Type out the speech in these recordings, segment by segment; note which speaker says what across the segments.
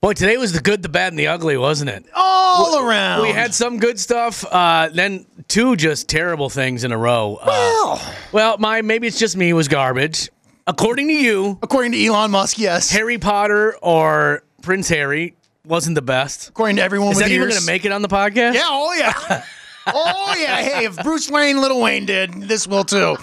Speaker 1: Boy, today was the good, the bad, and the ugly, wasn't it?
Speaker 2: all around.
Speaker 1: We had some good stuff, uh, then two just terrible things in a row. Uh,
Speaker 2: well,
Speaker 1: well, my maybe it's just me was garbage. According to you,
Speaker 2: according to Elon Musk, yes.
Speaker 1: Harry Potter or Prince Harry wasn't the best.
Speaker 2: according to everyone
Speaker 1: Is
Speaker 2: with
Speaker 1: that even
Speaker 2: ears.
Speaker 1: going to make it on the podcast?
Speaker 2: yeah, oh yeah. oh yeah. Hey, if Bruce Wayne, Little Wayne did, this will too.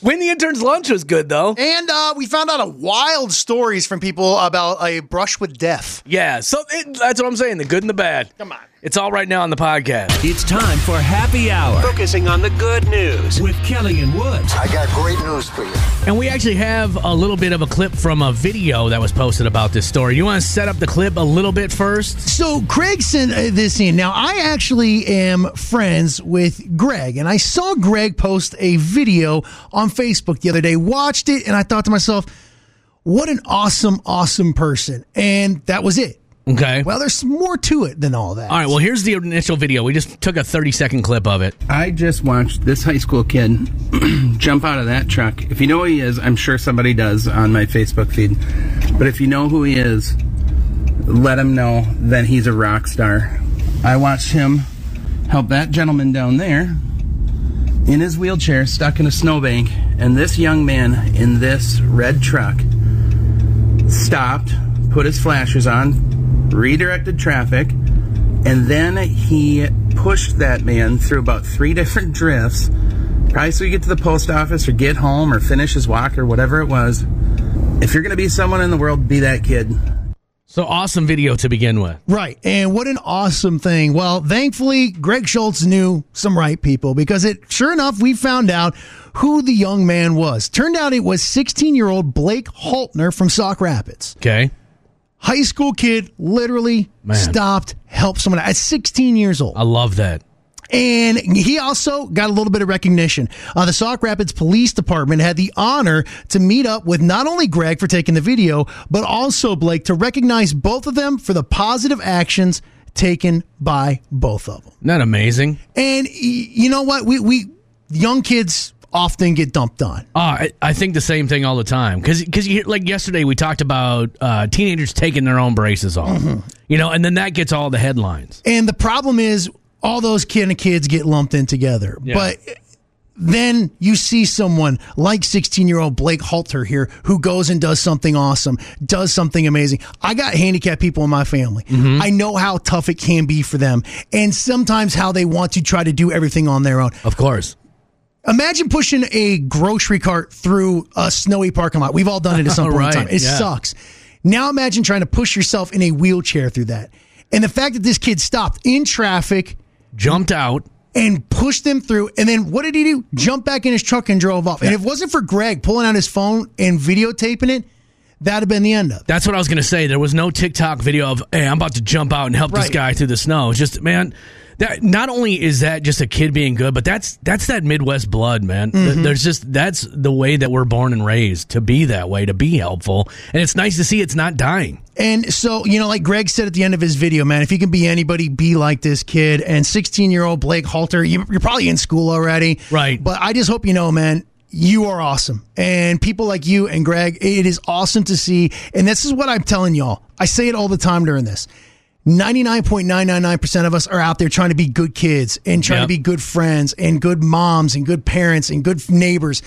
Speaker 1: When the intern's lunch was good though.
Speaker 2: And uh, we found out a wild stories from people about a brush with death.
Speaker 1: Yeah, so it, that's what I'm saying. The good and the bad.
Speaker 2: Come on.
Speaker 1: It's all right now on the podcast.
Speaker 3: It's time for Happy Hour
Speaker 4: Focusing on the good news.
Speaker 3: with Kelly and Woods.
Speaker 5: I got great news for you.
Speaker 1: And we actually have a little bit of a clip from a video that was posted about this story. You want to set up the clip a little bit first?
Speaker 2: So Greg sent uh, this in. Now I actually am friends with Greg, and I saw Greg post a video on Facebook the other day. Watched it, and I thought to myself, "What an awesome, awesome person!" And that was it.
Speaker 1: Okay.
Speaker 2: Well, there's more to it than all that.
Speaker 1: All right, well, here's the initial video. We just took a 30 second clip of it.
Speaker 6: I just watched this high school kid jump out of that truck. If you know who he is, I'm sure somebody does on my Facebook feed. But if you know who he is, let him know that he's a rock star. I watched him help that gentleman down there in his wheelchair, stuck in a snowbank, and this young man in this red truck stopped, put his flashers on, redirected traffic, and then he pushed that man through about three different drifts, probably so he could get to the post office or get home or finish his walk or whatever it was. If you're going to be someone in the world, be that kid.
Speaker 1: So awesome video to begin with.
Speaker 2: Right. And what an awesome thing. Well, thankfully, Greg Schultz knew some right people because it sure enough, we found out who the young man was. Turned out it was 16 year old Blake Haltner from Sauk Rapids.
Speaker 1: Okay.
Speaker 2: High school kid literally
Speaker 1: Man.
Speaker 2: stopped, helped someone out at 16 years old.
Speaker 1: I love that.
Speaker 2: And he also got a little bit of recognition. Uh, the Sauk Rapids Police Department had the honor to meet up with not only Greg for taking the video, but also Blake to recognize both of them for the positive actions taken by both of them.
Speaker 1: Isn't that amazing?
Speaker 2: And y- you know what? We, we young kids often get dumped on.
Speaker 1: Oh, I, I think the same thing all the time. Because like yesterday we talked about uh, teenagers taking their own braces off. You know, and then that gets all the headlines.
Speaker 2: And the problem is all those kind of kids get lumped in together.
Speaker 1: Yeah.
Speaker 2: But then you see someone like 16 year old Blake Halter here who goes and does something awesome, does something amazing. I got handicapped people in my family. I know how tough it can be for them and sometimes how they want to try to do everything on their own.
Speaker 1: Of course.
Speaker 2: Imagine pushing a grocery cart through a snowy parking lot. We've all done it at some point
Speaker 1: Right,
Speaker 2: in time. It
Speaker 1: yeah.
Speaker 2: sucks. Now imagine trying to push yourself in a wheelchair through that. And the fact that this kid stopped in traffic
Speaker 1: Jumped out.
Speaker 2: and pushed them through. And then what did he do? Jumped back in his truck and drove off. And if it wasn't for Greg pulling out his phone and videotaping it, that'd have been the end of it.
Speaker 1: That's what I was going to say. There was no TikTok video of, hey, I'm about to jump out and help this
Speaker 2: Right.
Speaker 1: guy through the snow. It's just, man. That, not only is that just a kid being good, but that's that's that Midwest blood, man. Th- There's just that's the way that we're born and raised to be that way, to be helpful, and it's nice to see it's not dying.
Speaker 2: And so, you know, like Greg said at the end of his video, man, if you can be anybody, be like this kid. And 16 year old Blake Halter, you, you're probably in school already.
Speaker 1: Right.
Speaker 2: But I just hope you know, man, you are awesome. And people like you and Greg, it is awesome to see. And this is what I'm telling y'all. I say it all the time during this. 99.999% of us are out there trying to be good kids and trying
Speaker 1: Yep.
Speaker 2: to be good friends and good moms and good parents and good neighbors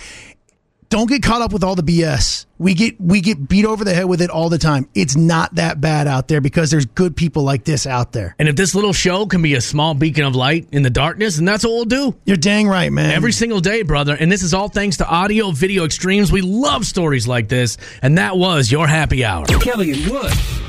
Speaker 2: don't get caught up with all the BS. We get we get beat over the head with it all the time. It's not that bad out there because there's good people like this out there.
Speaker 1: And if this little show can be a small beacon of light in the darkness, and that's what we'll do
Speaker 2: You're dang right, man.
Speaker 1: every single day, brother. And this is all thanks to Audio Video Extremes. We love stories like this. And that was your happy hour.
Speaker 3: Kelly and Woods.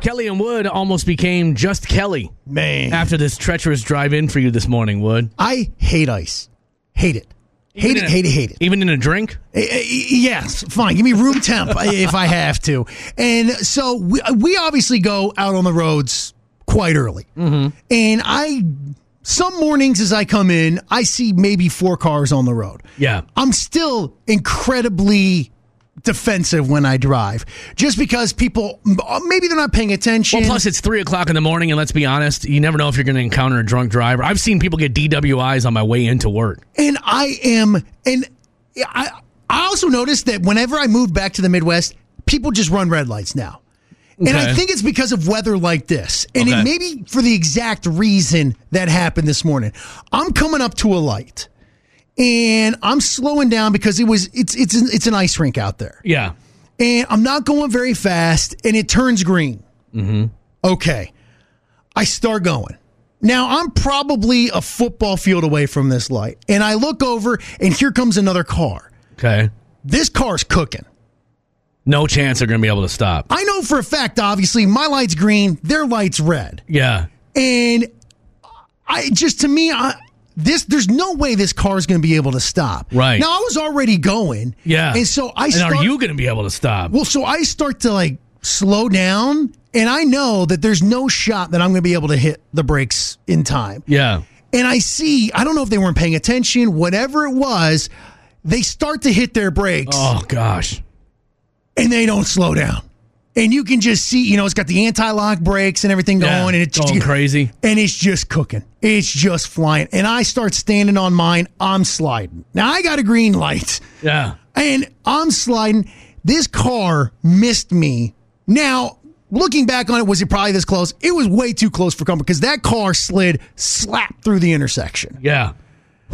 Speaker 1: Kelly and Wood almost became just Kelly
Speaker 2: man.
Speaker 1: after this treacherous drive in for you this morning, Wood.
Speaker 2: I hate ice. Hate it. Hate
Speaker 1: Even
Speaker 2: it,
Speaker 1: in a-
Speaker 2: hate it, hate it.
Speaker 1: Even in a drink?
Speaker 2: Eh, eh, Yes, fine. Give me room temp if I have to. And so we, we obviously go out on the roads quite early. Mm-hmm. And I, some mornings as I come in, I see maybe four cars on the road.
Speaker 1: Yeah.
Speaker 2: I'm still incredibly defensive when I drive, just because people maybe they're not paying attention.
Speaker 1: Well, plus it's three o'clock in the morning, and let's be honest, you never know if you're going to encounter a drunk driver. I've seen people get DWIs on my way into work.
Speaker 2: and I am, and I I also noticed that whenever I moved back to the Midwest, people just run red lights now. And I
Speaker 1: Okay.
Speaker 2: think it's because of weather like this. And
Speaker 1: Okay.
Speaker 2: it may be for the exact reason that happened this morning. I'm coming up to a light and I'm slowing down because it was it's it's an, it's an ice rink out there.
Speaker 1: Yeah.
Speaker 2: And I'm not going very fast and it turns green. Mm-hmm. Okay. I start going. Now I'm probably a football field away from this light. And I look over and here comes another car.
Speaker 1: Okay.
Speaker 2: This car's cooking.
Speaker 1: No chance they're going to be able to stop.
Speaker 2: I know for a fact, obviously, my light's green, their light's red.
Speaker 1: Yeah.
Speaker 2: And I just to me, I this there's no way this car is going to be able to stop.
Speaker 1: Right.
Speaker 2: now, I was already going.
Speaker 1: Yeah.
Speaker 2: and so I
Speaker 1: And
Speaker 2: start,
Speaker 1: are you going to be able to stop?
Speaker 2: well, so I start to like slow down, and I know that there's no shot that I'm going to be able to hit the brakes in time.
Speaker 1: yeah.
Speaker 2: And I see, I don't know if they weren't paying attention, whatever it was, they start to hit their brakes
Speaker 1: Oh gosh.
Speaker 2: and they don't slow down. And you can just see, you know, it's got the anti-lock brakes and everything going,
Speaker 1: Yeah.
Speaker 2: and it's
Speaker 1: Going crazy.
Speaker 2: and it's just cooking. It's just flying. And I start standing on mine. I'm sliding. Now I got a green light
Speaker 1: Yeah.
Speaker 2: and I'm sliding. This car missed me. Now, looking back on it, was it probably this close? It was way too close for comfort because that car slid slap through the intersection.
Speaker 1: Yeah.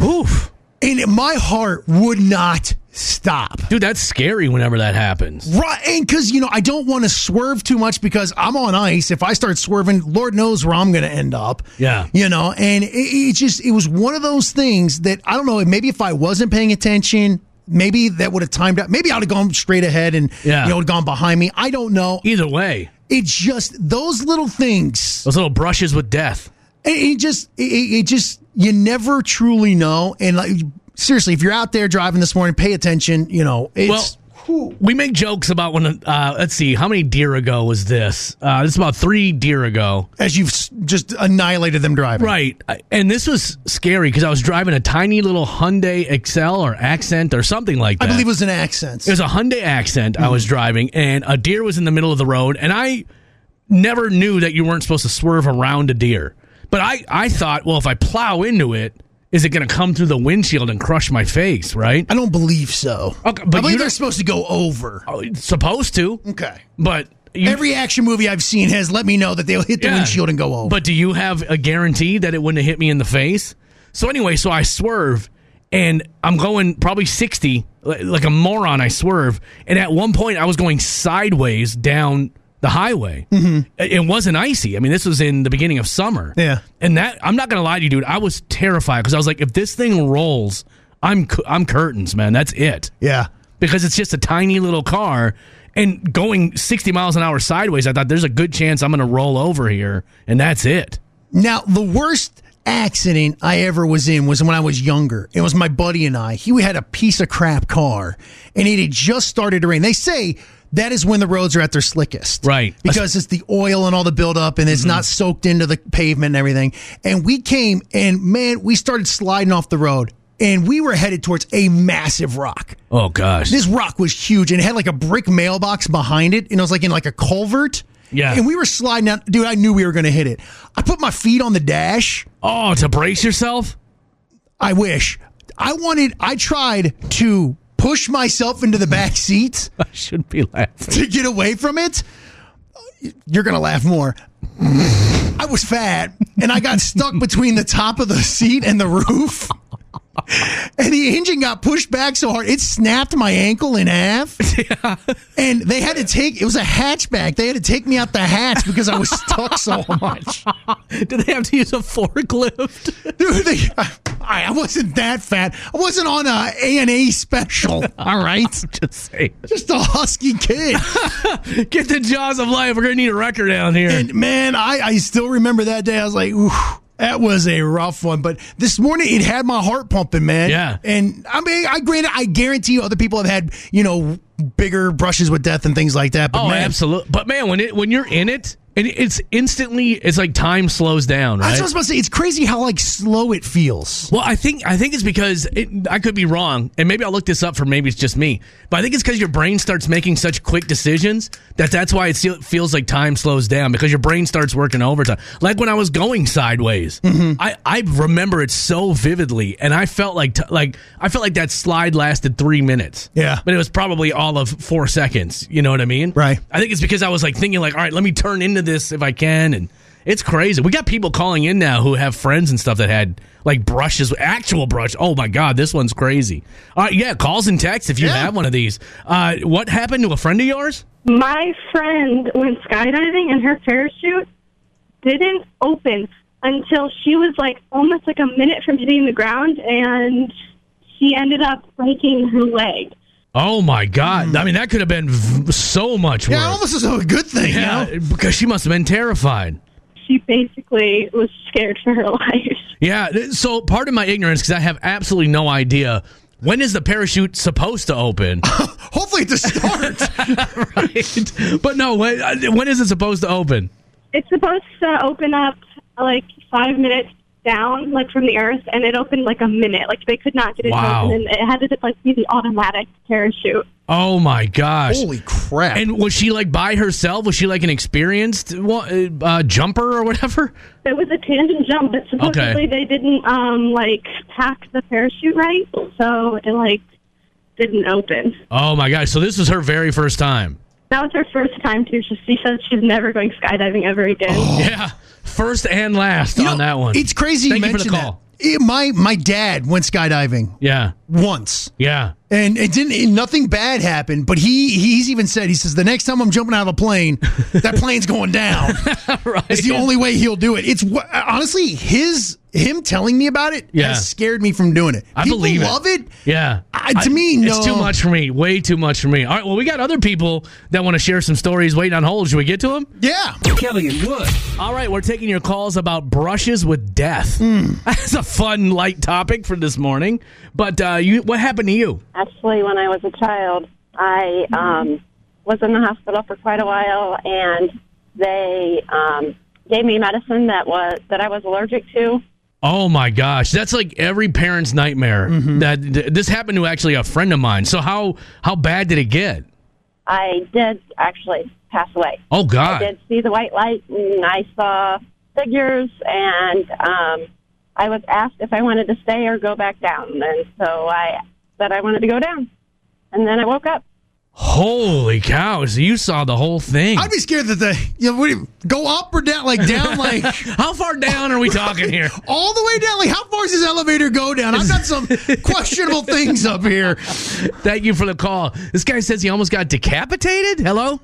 Speaker 1: Oof.
Speaker 2: And my heart would not stop.
Speaker 1: Dude, that's scary whenever that happens.
Speaker 2: Right, and because you know I don't want to swerve too much because I'm on ice. If I start swerving, Lord knows where I'm going to end up.
Speaker 1: Yeah.
Speaker 2: you know, and it, it just it was one of those things that I don't know. Maybe if I wasn't paying attention, maybe that would have timed out. Maybe I'd have gone straight ahead and
Speaker 1: Yeah.
Speaker 2: you know gone behind me. I don't know.
Speaker 1: Either way,
Speaker 2: It just those little things.
Speaker 1: those little brushes with death.
Speaker 2: It, it just it, it it just you never truly know. And like seriously, if you're out there driving this morning, pay attention. You know, it's.
Speaker 1: well, we make jokes about when. Uh, let's see, how many deer ago was this? Uh, this is about three deer ago,
Speaker 2: as you've s- just annihilated them driving.
Speaker 1: right? I- And this was scary because I was driving a tiny little Hyundai Excel or Accent or something like
Speaker 2: I
Speaker 1: that.
Speaker 2: believe it was an accent.
Speaker 1: it was a Hyundai Accent. I was driving, and a deer was in the middle of the road, and I never knew that you weren't supposed to swerve around a deer. But I, I thought, well, if I plow into it, is it going to come through the windshield and crush my face? Right?
Speaker 2: I don't believe so.
Speaker 1: Okay,
Speaker 2: I
Speaker 1: but
Speaker 2: believe
Speaker 1: you
Speaker 2: they're
Speaker 1: don't-
Speaker 2: supposed to go over.
Speaker 1: Oh, it's supposed to,
Speaker 2: Okay.
Speaker 1: but. You,
Speaker 2: Every action movie I've seen has let me know that they'll hit the
Speaker 1: Yeah.
Speaker 2: windshield and go over.
Speaker 1: But do you have a guarantee that it wouldn't have hit me in the face? So anyway, so I swerve and I'm going probably 60 li- like a moron I swerve and at one point I was going sideways down the highway. Mm-hmm. It wasn't icy. I mean, this was in the beginning of summer.
Speaker 2: Yeah.
Speaker 1: And that I'm not going to lie to you dude, I was terrified cuz I was like if this thing rolls, I'm cu- I'm curtains, man. That's it
Speaker 2: yeah.
Speaker 1: because it's just a tiny little car and going 60 miles an hour sideways i thought there's a good chance i'm going to roll over here and that's it
Speaker 2: Now, the worst accident I ever was in was when I was younger. It was my buddy and I. He had a piece of crap car and it had just started to rain. They say that is when the roads are at their slickest.
Speaker 1: Right.
Speaker 2: Because it's the oil and all the buildup and it's not soaked into the pavement and everything. And we came and man, we started sliding off the road and we were headed towards a massive rock.
Speaker 1: oh gosh
Speaker 2: This rock was huge and it had like a brick mailbox behind it, and it was like in like a culvert.
Speaker 1: Yeah.
Speaker 2: And we were sliding out. Dude, I knew we were going to hit it. I put my feet on the dash.
Speaker 1: oh to brace yourself
Speaker 2: I wish. I wanted, I tried to push myself into the back seat
Speaker 1: i should be laughing
Speaker 2: to get away from it. You're going to laugh more. I was fat and I got stuck between the top of the seat and the roof. And the engine got pushed back so hard, it snapped my ankle in half. And they had to take, it was a hatchback. They had to take me out the hatch because I was stuck so much.
Speaker 1: did they have to use a forklift
Speaker 2: Dude, they, I, I wasn't that fat. I wasn't on a A&A special, all right?
Speaker 1: just say
Speaker 2: Just a husky kid.
Speaker 1: get the jaws of life we're going to need a record down here
Speaker 2: And man, I, I still remember that day. I was like, ooh, that was a rough one. But this morning, it had my heart pumping, man.
Speaker 1: Yeah.
Speaker 2: And I mean, I granted, I guarantee you other people have had, you know, bigger brushes with death and things like that. But
Speaker 1: oh
Speaker 2: man,
Speaker 1: absolutely but man when it when you're in it And it's instantly. It's like time slows down. Right.
Speaker 2: That's what I was about to say. It's crazy how like slow it feels.
Speaker 1: Well, I think I think it's because it, I could be wrong, and maybe I'll look this up for maybe it's just me. But I think it's because your brain starts making such quick decisions that that's why it se- feels like time slows down because your brain starts working overtime. Like when I was going sideways,
Speaker 2: Mm-hmm.
Speaker 1: I, I remember it so vividly, and I felt like t- like I felt like that slide lasted three minutes.
Speaker 2: Yeah.
Speaker 1: but it was probably all of four seconds. You know what I mean?
Speaker 2: Right.
Speaker 1: I think it's because I was like thinking like, all right, let me turn into this if I can, and it's crazy. We got people calling in now who have friends and stuff that had like brushes, actual brush. Oh my god, this one's crazy. All right, yeah, calls and texts if you
Speaker 2: Yeah.
Speaker 1: have one of these. Uh, what happened to a friend of yours?
Speaker 4: My friend went skydiving and her parachute didn't open until she was like almost like a minute from hitting the ground and she ended up breaking her leg.
Speaker 1: Oh my god, I mean that could have been v- so much worse.
Speaker 2: Mm. Yeah, almost as though a good thing. you know?
Speaker 1: yeah, because she must have been terrified.
Speaker 4: She basically was scared for her life.
Speaker 1: Yeah. th- So part of my ignorance, because I have absolutely no idea when is the parachute supposed to open.
Speaker 2: Hopefully at the start.
Speaker 1: right. But no, when, uh, when is it supposed to open?
Speaker 4: It's supposed to open up like five minutes down, like from the earth, and it opened like a minute. Like they could not get it
Speaker 1: Wow.
Speaker 4: open, and it had to just like be the automatic parachute.
Speaker 1: Oh my gosh.
Speaker 2: Holy crap!
Speaker 1: And was she like by herself? Was she like an experienced one- uh, jumper or whatever?
Speaker 4: It was a tangent jump, but supposedly
Speaker 1: Okay.
Speaker 4: they didn't um like pack the parachute right, so it like didn't open.
Speaker 1: Oh my gosh. So this was her very first time.
Speaker 4: That was her first time too. So she said she's never going skydiving ever again.
Speaker 1: Yeah. First and last
Speaker 2: Oh. You
Speaker 1: on
Speaker 2: know,
Speaker 1: that one.
Speaker 2: It's crazy.
Speaker 1: Thank
Speaker 2: you
Speaker 1: you for the
Speaker 2: mentioned
Speaker 1: call.
Speaker 2: That. It- my my dad went skydiving
Speaker 1: Yeah.
Speaker 2: once.
Speaker 1: Yeah.
Speaker 2: And it didn't. It, nothing bad happened, but he he's even said he says the next time I'm jumping out of a plane, that plane's going down.
Speaker 1: Right.
Speaker 2: It's the only way he'll do it. It's wh- honestly his him telling me about it
Speaker 1: Yeah.
Speaker 2: has scared me from doing it.
Speaker 1: I
Speaker 2: People
Speaker 1: believe it.
Speaker 2: love it.
Speaker 1: Yeah.
Speaker 2: I- to me, no.
Speaker 1: It's too much for me. Way too much for me. All right. Well, we got other people that want to share some stories waiting on hold. Should we get to them?
Speaker 2: Yeah,
Speaker 3: Kelly and Wood.
Speaker 1: All right, we're taking your calls about brushes with death.
Speaker 2: Hmm.
Speaker 1: That's a fun, light topic for this morning. But uh, you, what happened to you?
Speaker 5: Actually, when I was a child, I um, was in the hospital for quite a while, and they um, gave me medicine that was that I was allergic to.
Speaker 1: Oh my gosh, that's like every parent's nightmare. That th- this happened to actually a friend of mine. So how how bad did it get?
Speaker 5: I did actually pass away.
Speaker 1: Oh
Speaker 5: I
Speaker 1: God,
Speaker 5: did see the white light, and I saw figures, and um, I was asked if I wanted to stay or go back down, and so I said I wanted to go down, and then I woke up.
Speaker 1: holy cow! So you saw the whole thing.
Speaker 2: I'd be scared that the you know, what do you- go up or down, like down, like
Speaker 1: how far down are we talking here?
Speaker 2: all the way down. Like how far does this elevator go down? I've got some questionable things up here.
Speaker 1: Thank you for the call. This guy says he almost got decapitated. Hello,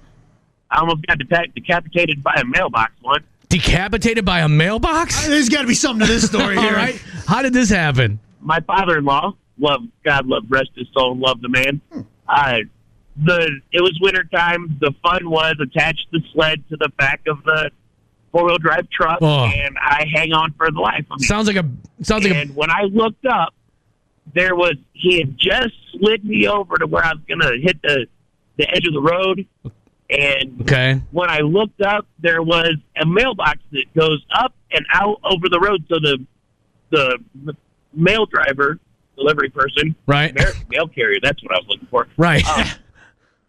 Speaker 7: I almost got deca- decapitated by a mailbox once.
Speaker 1: decapitated by a mailbox.
Speaker 2: There's got to be something to this story
Speaker 1: All
Speaker 2: here,
Speaker 1: right, how did this happen?
Speaker 7: My father-in-law, love God, love rest his soul, love the man. Uh, the it was winter time. The fun was attach the sled to the back of the four-wheel drive truck,
Speaker 1: Oh.
Speaker 7: and I hang on for the life of me.
Speaker 1: Sounds like a sounds like a
Speaker 7: and when I looked up, there was he had just slid me over to where I was gonna hit the the edge of the road, and
Speaker 1: Okay.
Speaker 7: when I looked up, there was a mailbox that goes up and out over the road. So the the mail driver, delivery person,
Speaker 1: Right.
Speaker 7: mail, mail carrier. That's what I was looking for.
Speaker 1: Right.
Speaker 7: Um,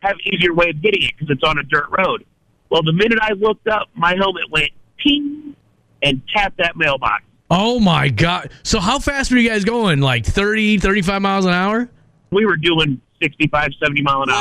Speaker 7: have easier way of getting it because it's on a dirt road. Well, the minute I looked up, my helmet went ping and tapped that mailbox.
Speaker 1: oh my god. So how fast were you guys going? Like 30, 35 miles an hour?
Speaker 7: We were doing 65, 70 mile an hour.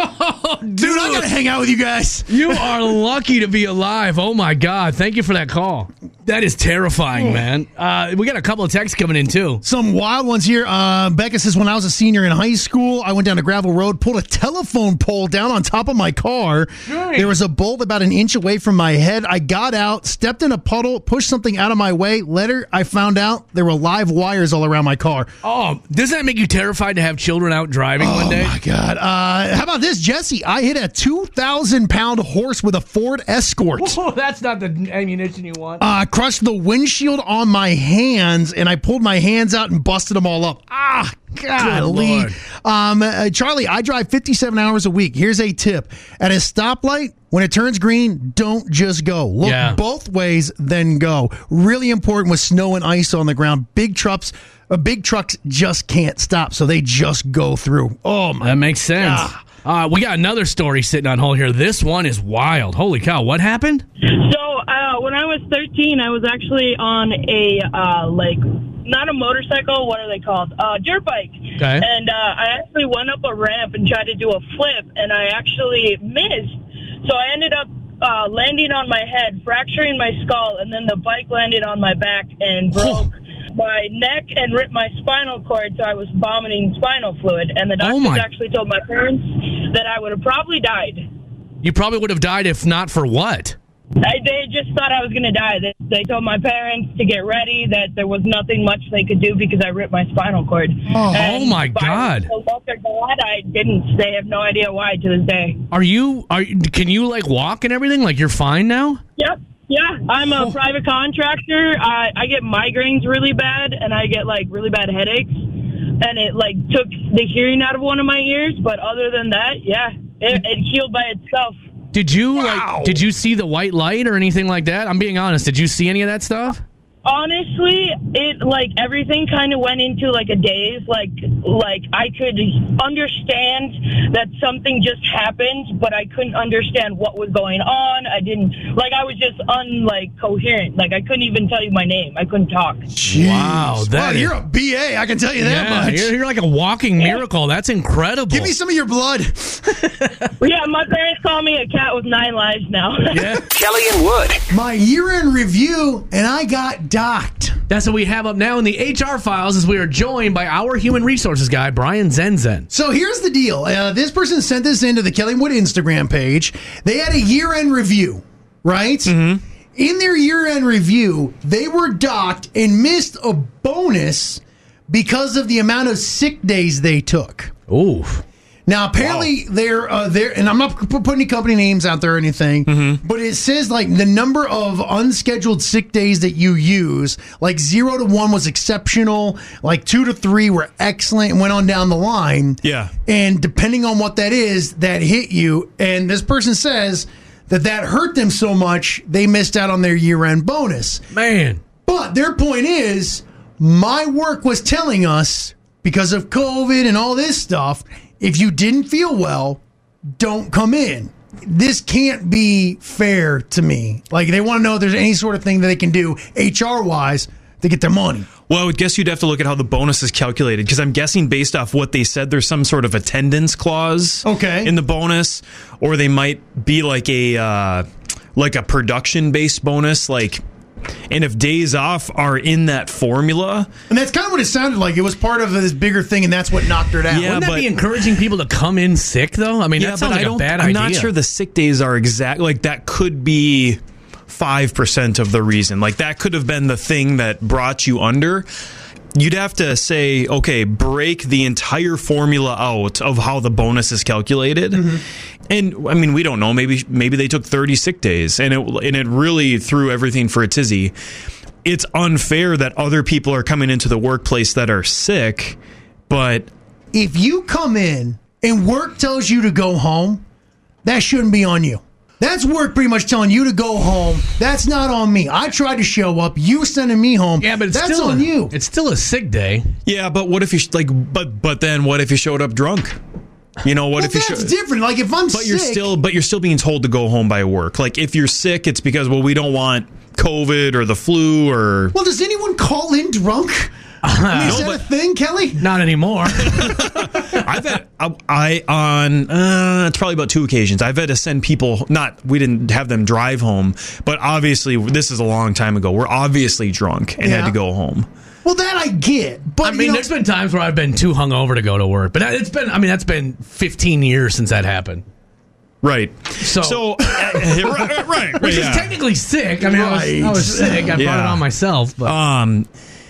Speaker 1: Oh,
Speaker 2: dude. I gotta hang out with you guys.
Speaker 1: you are lucky to be alive. Oh my god. Thank you for that call. That is terrifying, man. Uh, we got a couple of texts coming in too.
Speaker 2: Some wild ones here. Uh, Becca says, when I was a senior in high school, I went down a gravel road, pulled a telephone pole down on top of my car. There was a bolt about an inch away from my head. I got out, stepped in a puddle, pushed something out of my way. Later, I found out there were live wires all around my car.
Speaker 1: Oh, doesn't that make you terrified to have children out driving one day?
Speaker 2: My God. Uh, how about this, Jesse? I hit a 2,000 pound horse with a Ford Escort.
Speaker 1: Oh, that's not the ammunition you want.
Speaker 2: Uh, crushed the windshield on my hands, and I pulled my hands out and busted them all up. Ah, golly.
Speaker 1: Lord.
Speaker 2: Um, uh, Charlie, I drive 57 hours a week. Here's a tip: at a stoplight, when it turns green, don't just go. Look
Speaker 1: Yeah.
Speaker 2: both ways, then go. Really important with snow and ice on the ground. Big trucks, uh, big trucks just can't stop, so they just go through. Oh my!
Speaker 1: That makes sense. Uh, we got another story sitting on hold here. This one is wild. Holy cow! What happened?
Speaker 8: So uh, when I was 13, I was actually on a uh, like not a motorcycle. What are they called? Uh, dirt bike.
Speaker 1: Okay.
Speaker 8: And uh, I actually went up a ramp and tried to do a flip, and I actually missed. So I ended up uh, landing on my head, fracturing my skull, and then the bike landed on my back and broke. My neck and ripped my spinal cord, so I was vomiting spinal fluid. And the
Speaker 1: Oh,
Speaker 8: doctors
Speaker 1: my-
Speaker 8: actually told my parents that I would have probably died.
Speaker 1: You probably would have died if not for what?
Speaker 8: I, they just thought I was going to die. They, they told my parents to get ready, that there was nothing much they could do because I ripped my spinal cord. Oh,
Speaker 1: oh my God.
Speaker 8: So hope to God I didn't. They have no idea why to this day.
Speaker 1: Are you? Are you- can you like walk and everything? Like you're fine now?
Speaker 8: Yep. Yeah, I'm a private contractor. I, I get migraines really bad, and I get like really bad headaches, and it like took the hearing out of one of my ears. But other than that, yeah, it, it healed by itself.
Speaker 1: Did you like? Did you see the white light or anything like that? I'm being honest. Did you see any of that stuff?
Speaker 8: honestly it like everything kind of went into like a daze like like i could understand that something just happened but i couldn't understand what was going on i didn't like i was just unlike coherent like i couldn't even tell you my name i couldn't talk
Speaker 1: Wow,
Speaker 2: Jeez.
Speaker 1: that
Speaker 2: Wow,
Speaker 1: is-
Speaker 2: you're a BA. I can tell you that
Speaker 1: yeah,
Speaker 2: much.
Speaker 1: You're, you're like a walking miracle. That's incredible.
Speaker 2: Give me some of your blood.
Speaker 8: but yeah my parents call me a cat with nine lives now
Speaker 1: yeah,
Speaker 3: Kelly and Wood.
Speaker 2: my year in review, and I got docked.
Speaker 1: that's what we have up now in the HR files. As we are joined by our human resources guy, Brian Zenzen.
Speaker 2: So here's the deal. Uh, this person sent this into the Kelly Wood Instagram page. They had a year end review, right? Mm-hmm. In their year end review, they were docked and missed a bonus because of the amount of sick days they took.
Speaker 1: Ooh,
Speaker 2: Now, apparently, they're uh, there, and I'm not p- putting any company names out there or anything, but it says like the number of unscheduled sick days that you use, like zero to one was exceptional, like two to three were excellent, and went on down the line.
Speaker 9: Yeah.
Speaker 2: And depending on what that is, that hit you. And this person says that that hurt them so much, they missed out on their year end bonus.
Speaker 1: man.
Speaker 2: But their point is, my work was telling us because of COVID and all this stuff, if you didn't feel well, don't come in. This can't be fair to me. Like they want to know if there's any sort of thing that they can do HR wise to get their money.
Speaker 9: Well, I would guess you'd have to look at how the bonus is calculated because I'm guessing based off what they said, there's some sort of attendance clause,
Speaker 2: Okay.
Speaker 9: in the bonus, or they might be like a uh, like a production based bonus, like. And if days off are in that formula,
Speaker 2: And that's kind of what it sounded like. It was part of this bigger thing, and that's what knocked her down.
Speaker 9: Yeah,
Speaker 1: Wouldn't that
Speaker 9: but-
Speaker 1: be encouraging people to come in sick though? I mean, that sounds like a bad
Speaker 9: I'm
Speaker 1: idea.
Speaker 9: not sure the sick days are exact. Like that could be five percent of the reason. Like that could have been the thing that brought you under. You'd have to say, okay, break the entire formula out of how the bonus is calculated.
Speaker 1: Mm-hmm.
Speaker 9: And I mean, we don't know. Maybe maybe they took thirty sick days, and it and it really threw everything for a tizzy. It's unfair that other people are coming into the workplace that are sick, but
Speaker 2: If you come in and work tells you to go home, that shouldn't be on you. That's work pretty much telling you to go home. That's not on me. I tried to show up. You sending me home.
Speaker 1: Yeah, but it's
Speaker 2: that's
Speaker 1: still
Speaker 2: on
Speaker 1: a-
Speaker 2: you.
Speaker 1: It's still a sick day.
Speaker 9: Yeah, but what if you sh- like? But but then what if you showed up drunk? You know what
Speaker 2: Well,
Speaker 9: if you
Speaker 2: that's
Speaker 9: showed?
Speaker 2: different. Like if I'm
Speaker 9: But you're
Speaker 2: sick,
Speaker 9: still but you're still being told to go home by work. Like if you're sick, it's because well we don't want COVID or the flu or
Speaker 2: Well, does anyone call in drunk? I mean, is
Speaker 9: No,
Speaker 2: that a
Speaker 9: but-
Speaker 2: thing, Kelly?
Speaker 1: Not anymore.
Speaker 9: I've had I, I on uh, it's probably about two occasions I've had to send people not we didn't have them drive home, but obviously this is a long time ago. We're obviously drunk and had
Speaker 2: Yeah.
Speaker 9: to go home.
Speaker 2: Well, that I get. But
Speaker 1: I mean,
Speaker 2: you know,
Speaker 1: there's been times where I've been too hungover to go to work, but it's been. I mean, that's been 15 years since that happened.
Speaker 9: Right.
Speaker 2: Oh.
Speaker 1: So-
Speaker 9: so uh, right, right,
Speaker 1: Which
Speaker 9: yeah.
Speaker 1: is technically sick. I mean, I, was, I
Speaker 2: Right.
Speaker 1: was sick. I brought it
Speaker 9: Yeah.
Speaker 1: on myself, but
Speaker 9: um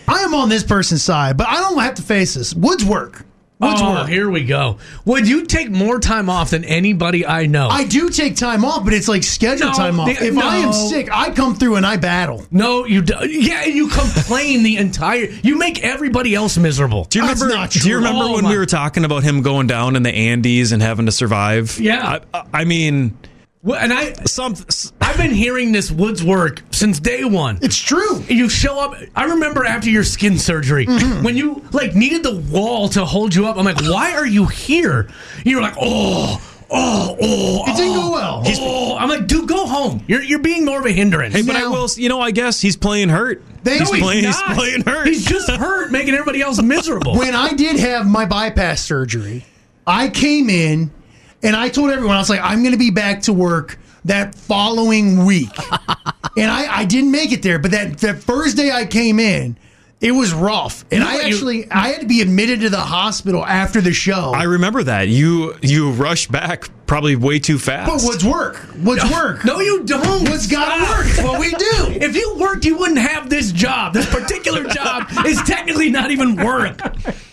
Speaker 2: I am on this person's side, but I don't have to face this. Woods work.
Speaker 9: uh,
Speaker 2: What's
Speaker 1: oh,
Speaker 2: work?
Speaker 1: here we go. Would you take more time off than anybody I know?
Speaker 2: I do take time off, but it's like scheduled
Speaker 1: No,
Speaker 2: time off.
Speaker 1: they-
Speaker 2: if I am
Speaker 1: no.
Speaker 2: sick, I come through and I battle.
Speaker 1: no, you. Do, yeah, and you complain the entire. You make everybody else miserable.
Speaker 9: Do you
Speaker 2: That's
Speaker 9: remember?
Speaker 2: not
Speaker 9: Do you
Speaker 2: true.
Speaker 9: remember
Speaker 1: Oh,
Speaker 9: when
Speaker 1: my-
Speaker 9: we were talking about him going down in the Andes and having to survive?
Speaker 1: Yeah.
Speaker 9: I, I mean,
Speaker 1: Well, and I,
Speaker 9: some.
Speaker 1: I've been hearing this Woods work since day one.
Speaker 2: It's true.
Speaker 1: you show up. I remember after your skin surgery
Speaker 2: Mm-hmm.
Speaker 1: when you like needed the wall to hold you up. I'm like, why are you here? You're like, oh, oh, oh.
Speaker 2: It didn't go
Speaker 1: oh,
Speaker 2: well.
Speaker 1: oh." I'm like, dude, go home. You're you're being more of a hindrance.
Speaker 9: Hey, but I
Speaker 2: Now-
Speaker 9: will. You know, I guess he's playing hurt.
Speaker 2: They-
Speaker 9: he's
Speaker 2: No, he's
Speaker 9: playing. He's,
Speaker 1: not.
Speaker 9: playing hurt.
Speaker 1: He's just hurt, making everybody else miserable.
Speaker 2: When I did have my bypass surgery, I came in and I told everyone, I was like, I'm going to be back to work that following week. and I, I didn't make it there, but that, that first day I came in, it was rough. And I
Speaker 1: You-
Speaker 2: actually, I had to be admitted to the hospital after the show.
Speaker 9: I remember that you you rushed back probably way too fast.
Speaker 2: but what's work? What's work?
Speaker 1: no, you don't.
Speaker 2: What's gotta
Speaker 1: Stop.
Speaker 2: work? It's what we do.
Speaker 1: If you worked, you wouldn't have this job. This particular job is technically not even work.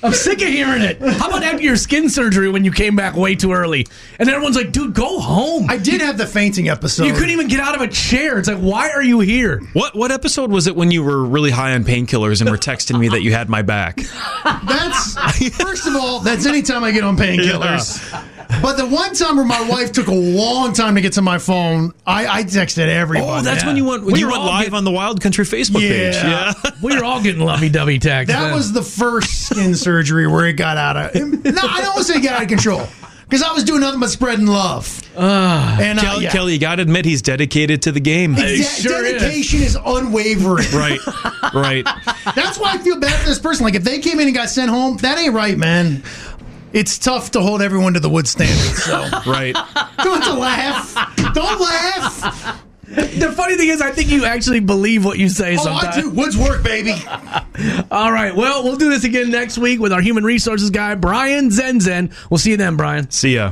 Speaker 1: I'm sick of hearing it. How about after your skin surgery when you came back way too early? And everyone's like, dude, go home.
Speaker 2: I did have the fainting episode.
Speaker 1: you couldn't even get out of a chair. It's like, why are you here?
Speaker 9: what what episode was it when you were really high on painkillers and were texting me that you had my back?
Speaker 2: That's first of all, that's any time I get on painkillers. But the one time where my wife took a long time to get to my phone, I, I texted everybody.
Speaker 9: Oh, that's when you went
Speaker 1: We
Speaker 9: you
Speaker 1: were
Speaker 9: went
Speaker 1: all
Speaker 9: live
Speaker 1: get-
Speaker 9: on the Wild Country Facebook page.
Speaker 2: Yeah.
Speaker 9: Yeah.
Speaker 1: We are all getting lovey dovey texts.
Speaker 2: That was the first skin surgery where it got out of. No, I don't want to say it got out of control because I was doing nothing but spreading love. and uh,
Speaker 9: Kelly,
Speaker 2: yeah.
Speaker 9: Kelly, you got to admit he's dedicated to the game.
Speaker 2: De-
Speaker 1: He sure is.
Speaker 2: dedication is unwavering.
Speaker 9: right. Right.
Speaker 2: That's why I feel bad for this person. Like if they came in and got sent home, that ain't right, man. It's tough to hold everyone to the wood standards. So
Speaker 9: Right.
Speaker 2: don't laugh. Don't laugh.
Speaker 1: the funny thing is, I think you actually believe what you say sometimes.
Speaker 2: Oh, Woods work, baby.
Speaker 1: All right. Well, we'll do this again next week with our human resources guy, Brian Zenzen. We'll see you then, Brian.
Speaker 9: See ya.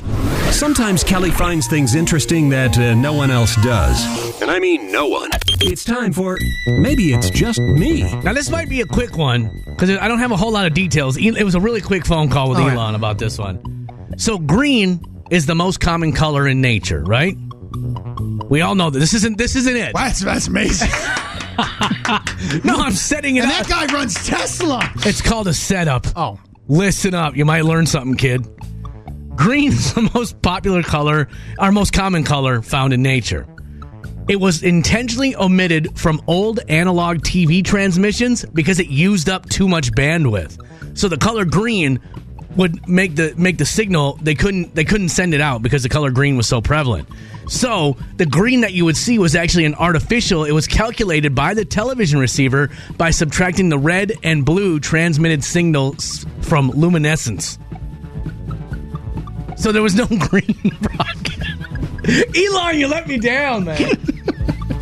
Speaker 3: Sometimes Kelly finds things interesting that uh, no one else does. And I mean no one. It's time for Maybe It's Just Me.
Speaker 1: Now, this might be a quick one because I don't have a whole lot of details. E- It was a really quick phone call with
Speaker 2: All right.
Speaker 1: Elon about this one. So, green is the most common color in nature, right? We all know that this isn't this isn't it.
Speaker 2: That's that's amazing.
Speaker 1: No, I'm setting it
Speaker 2: And
Speaker 1: up.
Speaker 2: that guy runs Tesla.
Speaker 1: it's called a setup.
Speaker 2: Oh,
Speaker 1: Listen up, you might learn something, kid. Green is the most popular color, our most common color found in nature. It was intentionally omitted from old analog TV transmissions because it used up too much bandwidth. So the color green would make the make the signal they couldn't they couldn't send it out because the color green was so prevalent. So the green that you would see was actually an artificial. It was calculated by the television receiver by subtracting the red and blue transmitted signals from luminescence. So there was no green broadcast. Elon, you let me down, man.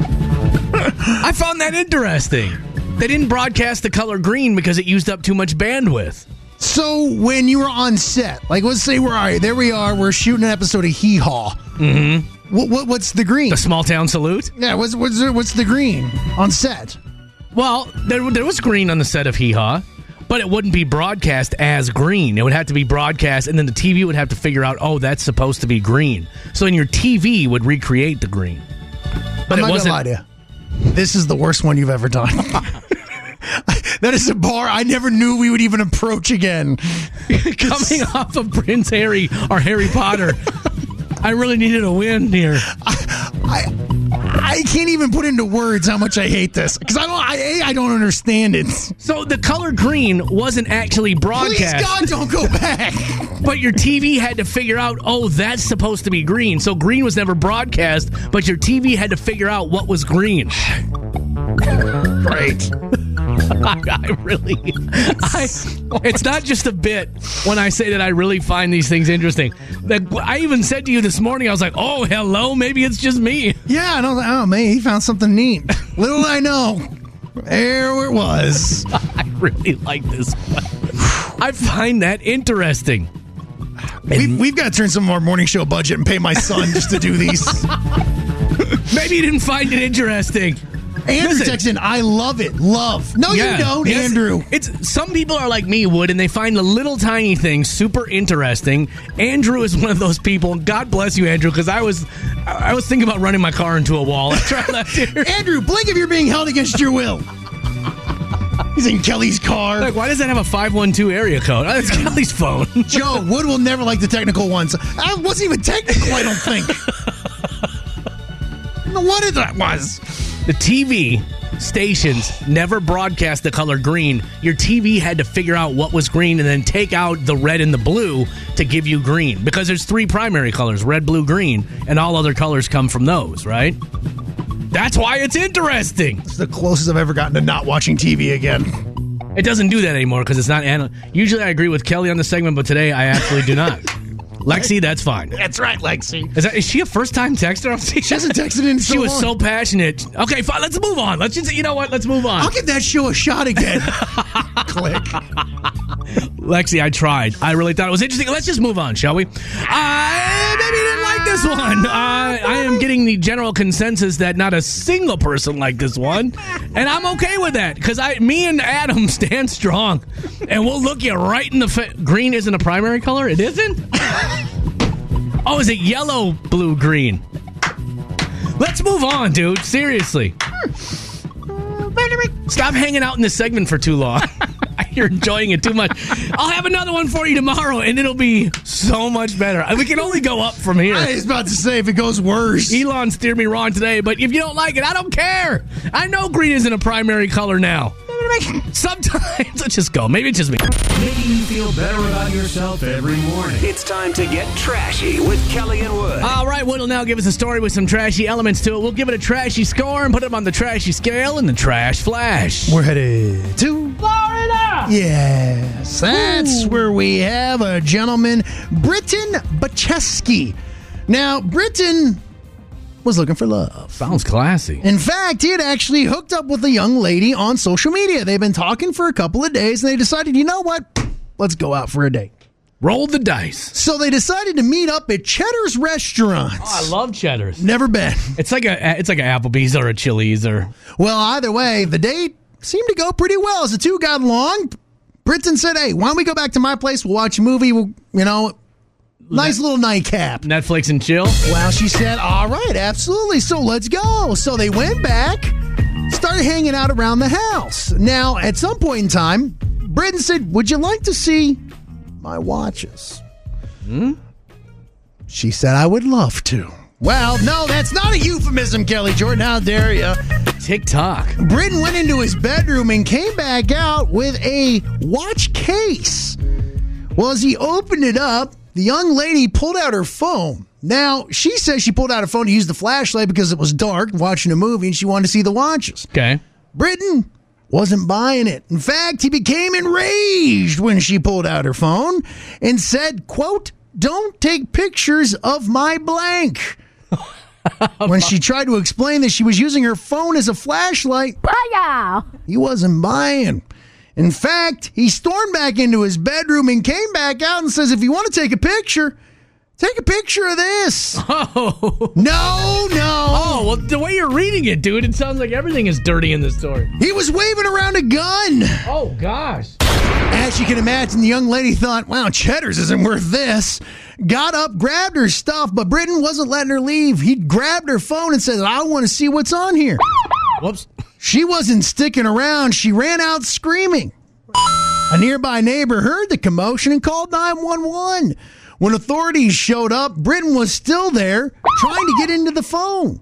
Speaker 1: I found that interesting. They didn't broadcast the color green because it used up too much bandwidth.
Speaker 2: so when you were on set, like let's say we're all right, there we are, we're shooting an episode of Hee Haw. Mm-hmm. What, what what's the green?
Speaker 1: The small town salute?
Speaker 2: yeah, what's what's the- what's the green on set?
Speaker 1: Well, there, there was green on the set of Hee Haw, but it wouldn't be broadcast as green. It would have to be broadcast, and then the TV would have to figure out, oh, that's supposed to be green. So then your TV would recreate the green. But
Speaker 2: I'm
Speaker 1: it
Speaker 2: not
Speaker 1: wasn't.
Speaker 2: gonna lie to you. This is the worst one you've ever done. that is a bar I never knew we would even approach again.
Speaker 1: coming off of Prince Harry or Harry Potter. I really needed a win here.
Speaker 2: I I can't even put into words how much I hate this because I don't I A, I don't understand it.
Speaker 1: So the color green wasn't actually
Speaker 2: Please
Speaker 1: broadcast,
Speaker 2: God, don't go back.
Speaker 1: but your TV had to figure out, oh, that's supposed to be green. So green was never broadcast, but your TV had to figure out what was green.
Speaker 2: Great.
Speaker 1: I, I really, I, it's not just a bit when I say that I really find these things interesting. Like I even said to you this morning, I was like, oh, hello, maybe it's just me.
Speaker 2: Yeah, and I was like, oh man, he found something neat. Little did I know, there it was.
Speaker 1: I really like this one. I find that interesting.
Speaker 2: We've, we've got to turn some of our morning show budget and pay my son just to do these.
Speaker 1: Maybe you didn't find it interesting.
Speaker 2: Andrew
Speaker 1: Listen.
Speaker 2: texts in, I love it. Love. No,
Speaker 1: Yeah.
Speaker 2: you don't,
Speaker 1: Yes.
Speaker 2: Andrew.
Speaker 1: It's some people are like me, Wood, and they find the little tiny things super interesting. Andrew is one of those people. God bless you, Andrew, because I was I I was thinking about running my car into a wall after I left here.
Speaker 2: Andrew, blink if you're being held against your will. He's in Kelly's car.
Speaker 1: Like, why does that have a five one two area code? Oh, it's Kelly's phone.
Speaker 2: Joe, Wood will never like the technical ones. I wasn't even technical, I don't think. No, what is that was?
Speaker 1: The TV stations never broadcast the color green. Your TV had to figure out what was green and then take out the red and the blue to give you green because there's three primary colors red, blue, green, and all other colors come from those, right? That's why it's interesting.
Speaker 2: It's the closest I've ever gotten to not watching TV again.
Speaker 1: It doesn't do that anymore because it's not. Ana- Usually I agree with Kelly on the segment, but today I absolutely do not. Lexi, that's fine.
Speaker 2: That's right, Lexi.
Speaker 1: Is, that, is she a first time texter?
Speaker 2: She hasn't texted in so
Speaker 1: She was
Speaker 2: long.
Speaker 1: so passionate. Okay, fine. Let's move on. Let's just, you know what? Let's move on.
Speaker 2: I'll give that show a shot again. Click.
Speaker 1: Lexi, I tried. I really thought it was interesting. Let's just move on, shall we? Uh, maybe you didn't like this one. Uh, I am getting the general consensus that not a single person liked this one, and I'm okay with that because I, me and Adam stand strong, and we'll look you right in the face. Green isn't a primary color. It isn't. oh, is it yellow, blue, green? Let's move on, dude. Seriously. Stop hanging out in this segment for too long. You're enjoying it too much. I'll have another one for you tomorrow, and it'll be so much better. We can only go up from here.
Speaker 2: I was about to say if it goes worse.
Speaker 1: Elon steered me wrong today, but if you don't like it, I don't care. I know green isn't a primary color now. Sometimes, let's just go. Maybe it's just me.
Speaker 3: Making you feel better about yourself every morning.
Speaker 10: It's time to get trashy with Kelly and Wood.
Speaker 1: All right, Wood will now give us a story with some trashy elements to it. We'll give it a trashy score and put it on the trashy scale and the trash flash.
Speaker 2: We're headed to Florida. Yes, that's where we have a gentleman, Britton Bacheski. Now, Britton was looking for love.
Speaker 1: Sounds classy.
Speaker 2: In fact, he had actually hooked up with a young lady on social media. They've been talking for a couple of days, and they decided, you know what? Let's go out for a date.
Speaker 1: Roll the dice.
Speaker 2: So they decided to meet up at Cheddar's Restaurant.
Speaker 1: Oh, I love cheddars.
Speaker 2: Never been.
Speaker 1: It's like a it's like an Applebee's or a Chili's or
Speaker 2: Well, either way, the date seemed to go pretty well. As the two got along, Britton said, "Hey, why don't we go back to my place? We'll watch a movie. We'll, you know, nice little nightcap."
Speaker 1: Netflix and chill.
Speaker 2: Well, she said, "All right, absolutely. So let's go." So they went back, started hanging out around the house. Now, at some point in time, Britton said, "Would you like to see my watches?" She said, "I would love to." Well, no, that's not a euphemism, Kelly Jordan. How dare you?
Speaker 1: TikTok.
Speaker 2: Britton went into his bedroom and came back out with a watch case. Well, as he opened it up, the young lady pulled out her phone. Now, she says she pulled out her phone to use the flashlight because it was dark watching a movie and she wanted to see the watches.
Speaker 1: Okay.
Speaker 2: Britton wasn't buying it. In fact, he became enraged when she pulled out her phone and said, quote, don't take pictures of my blank. when she tried to explain that she was using her phone as a flashlight, he wasn't buying. In fact, he stormed back into his bedroom and came back out and says, if you want to take a picture, take a picture of this.
Speaker 1: Oh.
Speaker 2: no, no.
Speaker 1: Oh, well the way you're reading it, dude, it sounds like everything is dirty in this story.
Speaker 2: He was waving around a gun.
Speaker 1: Oh gosh.
Speaker 2: As you can imagine, the young lady thought, wow, Cheddar's isn't worth this. Got up, grabbed her stuff, but Britton wasn't letting her leave. He grabbed her phone and said, I want to see what's on here.
Speaker 1: Whoops.
Speaker 2: She wasn't sticking around. She ran out screaming. A nearby neighbor heard the commotion and called 911. When authorities showed up, Britton was still there trying to get into the phone.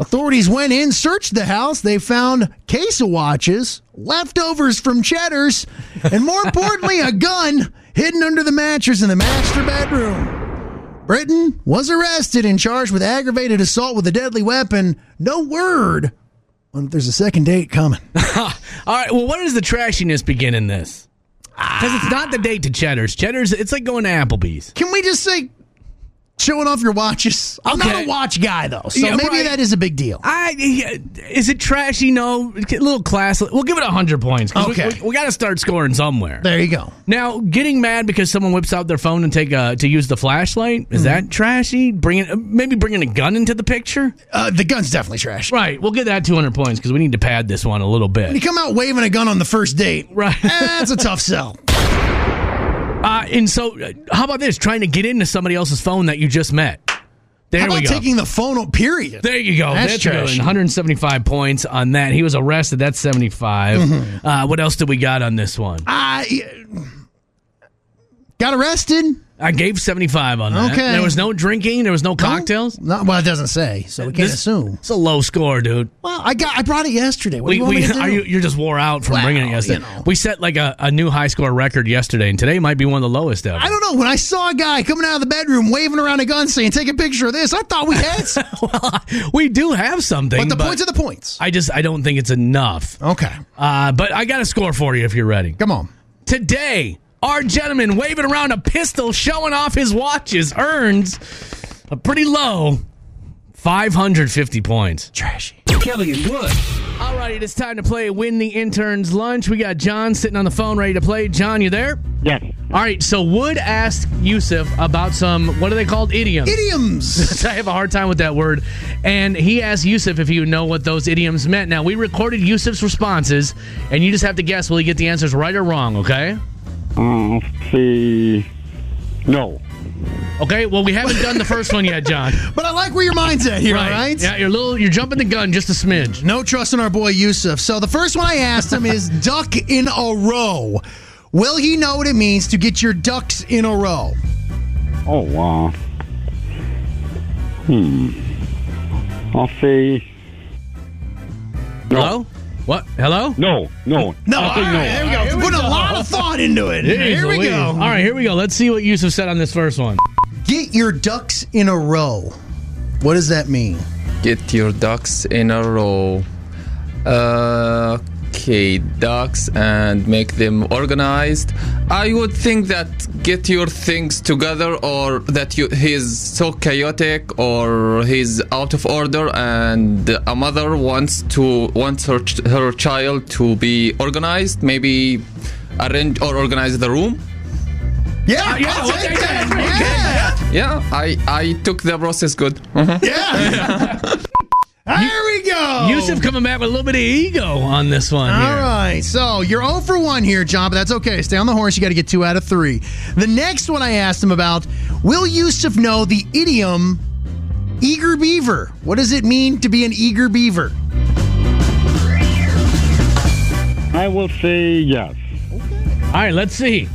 Speaker 2: Authorities went in, searched the house. They found case of watches, leftovers from Cheddar's, and more importantly, a gun hidden under the mattress in the master bedroom. Britton was arrested and charged with aggravated assault with a deadly weapon. No word on if there's a second date coming.
Speaker 1: All right, well what does the trashiness begin in this? Ah. Because it's not the date to Cheddar's. Cheddar's, it's like going to Applebee's.
Speaker 2: Can we just say showing off your watches. I'm not
Speaker 1: Okay.
Speaker 2: a watch guy though, so
Speaker 1: Yeah,
Speaker 2: maybe
Speaker 1: right.
Speaker 2: that is a big deal.
Speaker 1: I yeah, is it trashy? No, a little class. We'll give it hundred points. 'cause we-
Speaker 2: Okay.
Speaker 1: we, got to start scoring somewhere.
Speaker 2: There you go.
Speaker 1: Now, getting mad because someone whips out their phone and take uh, to use the flashlight is that trashy? Bringing maybe bringing a gun into the picture.
Speaker 2: Uh, the gun's definitely trash.
Speaker 1: Right, we'll get that two hundred points because we need to pad this one a little
Speaker 2: When you
Speaker 1: bit.
Speaker 2: come out waving a gun on the first date,
Speaker 1: Right.
Speaker 2: eh, That's a tough sell.
Speaker 1: Uh, and so, uh, how about this? Trying to get into somebody else's phone that you just met. There
Speaker 2: How
Speaker 1: we
Speaker 2: about
Speaker 1: go.
Speaker 2: taking the phone? o- Period.
Speaker 1: There you go.
Speaker 2: That's
Speaker 1: That's, good.
Speaker 2: trashy.
Speaker 1: 175 points on that. He was arrested. That's 75. Uh, what else did we got on this one?
Speaker 2: I got arrested.
Speaker 1: I gave 75 on that.
Speaker 2: Okay.
Speaker 1: There was no drinking. There was no cocktails.
Speaker 2: No, well, it doesn't say, so we can't
Speaker 1: This-
Speaker 2: assume.
Speaker 1: It's a low score, dude.
Speaker 2: Well, I got. I brought it yesterday. What do
Speaker 1: We,
Speaker 2: you want me
Speaker 1: we
Speaker 2: to do?
Speaker 1: are you you're just wore out from
Speaker 2: Well,
Speaker 1: bringing it yesterday.
Speaker 2: you know.
Speaker 1: We set like a, a new high score record yesterday, and today might be one of the lowest ever.
Speaker 2: I don't know. When I saw a guy coming out of the bedroom waving around a gun saying, take a picture of this, I thought we had some.
Speaker 1: we do have something,
Speaker 2: But the points are the points.
Speaker 1: I just I don't think it's enough.
Speaker 2: Okay.
Speaker 1: Uh, but I got a score for you if you're ready.
Speaker 2: Come on.
Speaker 1: Today, our gentleman waving around a pistol, showing off his watches, earns a pretty low 550 points.
Speaker 2: Trashy.
Speaker 3: Kelly and Wood.
Speaker 1: All right, it is time to play Win the Intern's Lunch. We got John sitting on the phone ready to play. John, you there?
Speaker 6: Yes.
Speaker 1: All right, so Wood asked Yusuf about some, what are they called? Idioms.
Speaker 2: Idioms.
Speaker 1: I have a hard time with that word. And he asked Yusuf if he would know what those idioms meant. Now, we recorded Yusuf's responses, and you just have to guess will he get the answers right or wrong, okay?
Speaker 6: Um, see, no.
Speaker 1: Okay, well, we haven't done the first one yet, John.
Speaker 2: But I like where your mind's at here, all right?
Speaker 1: Yeah, you're a little, you're jumping the gun just a smidge.
Speaker 2: No trust in our boy Yusuf. So the first one I asked him is duck in a row. Will he know what it means to get your ducks in a row?
Speaker 6: Oh, wow. Hmm. I'll say
Speaker 1: Hello? What? Hello?
Speaker 6: no, no.
Speaker 2: Oh, No. All right, there we go. Put a lot of thought into it. Here we
Speaker 1: Louise.
Speaker 2: go.
Speaker 1: All right, here we go. Let's see what Yusuf said on this first one.
Speaker 2: Get your ducks in a row. What does that mean?
Speaker 9: Get your ducks in a row. Uh, okay, ducks and make them organized. I would think that get your things together or that you, he's so chaotic or he's out of order and a mother wants to wants her, ch- her child to be organized, maybe arrange or organize the room.
Speaker 2: Yeah,
Speaker 1: yeah,
Speaker 2: I'll take
Speaker 1: okay,
Speaker 2: that.
Speaker 9: Yeah, I I took the process good. Mhm.
Speaker 2: Yeah. There we go.
Speaker 1: Yusuf coming back with a little bit of ego on this one.
Speaker 2: All
Speaker 1: here.
Speaker 2: right, so you're 0 for 1 here, John, but that's okay. Stay on the horse. You got to get two out of three. The next one I asked him about Will Yusuf know the idiom eager beaver? What does it mean to be an eager beaver?
Speaker 6: I will say yes.
Speaker 1: All right, let's see.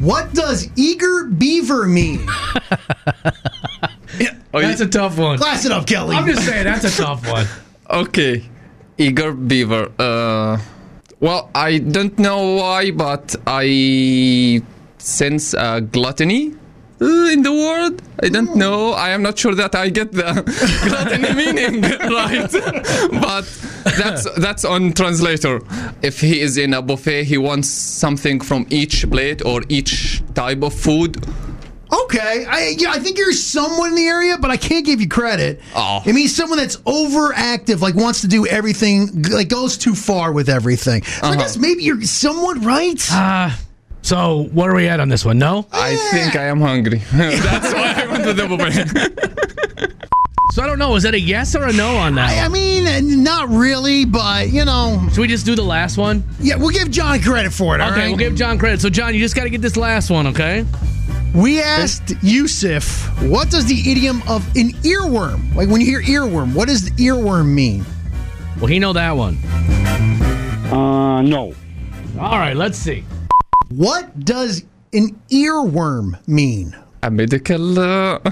Speaker 2: What does eager beaver mean?
Speaker 1: That's a tough one.
Speaker 2: Class it up, Kelly.
Speaker 1: I'm just saying, that's a tough one.
Speaker 9: Okay, eager beaver. Uh, well, I don't know why, but I sense uh, gluttony uh, in the world. I don't know. I am not sure that I get the gluttony meaning right, but that's that's on translator. If he is in a buffet, he wants something from each plate or each type of food.
Speaker 2: Okay, I yeah, I think you're someone in the area, but I can't give you credit.
Speaker 9: Aw.
Speaker 2: It means someone that's overactive, like wants to do everything, like goes too far with everything. So I guess maybe you're somewhat right.
Speaker 1: So, what are we at on this one? No?
Speaker 9: I think I am hungry. that's why I went to the buffet.
Speaker 1: So, I don't know. Is that a yes or a no on that?
Speaker 2: I
Speaker 1: one?
Speaker 2: mean, eh, not really, but you know,
Speaker 1: Should we just do the last one?
Speaker 2: yeah, we'll give John credit for it. all
Speaker 1: Okay,
Speaker 2: right?
Speaker 1: we'll give John credit. So, John, you just got to get this last one, okay?
Speaker 2: we asked Yusuf, what does the idiom of an earworm, like when you hear earworm, what does the earworm mean?
Speaker 1: Well, he know that one.
Speaker 6: Uh, no.
Speaker 1: All right, let's see.
Speaker 2: What does an earworm mean?
Speaker 9: a medical uh,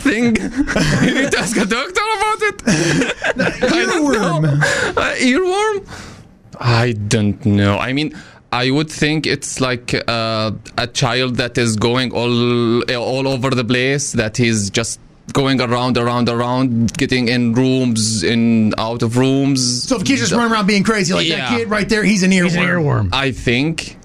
Speaker 9: thing. you need to ask a doctor about it.
Speaker 2: Earworm.
Speaker 9: Uh, earworm? I don't know. I mean, I would think it's like uh, a child that is going all all over the place. That he's just going around, around, around, getting in rooms, in out of rooms.
Speaker 2: So if kids just run around being crazy like
Speaker 9: Yeah.
Speaker 2: that kid right there, he's an earworm.
Speaker 1: He's an earworm.
Speaker 9: I think.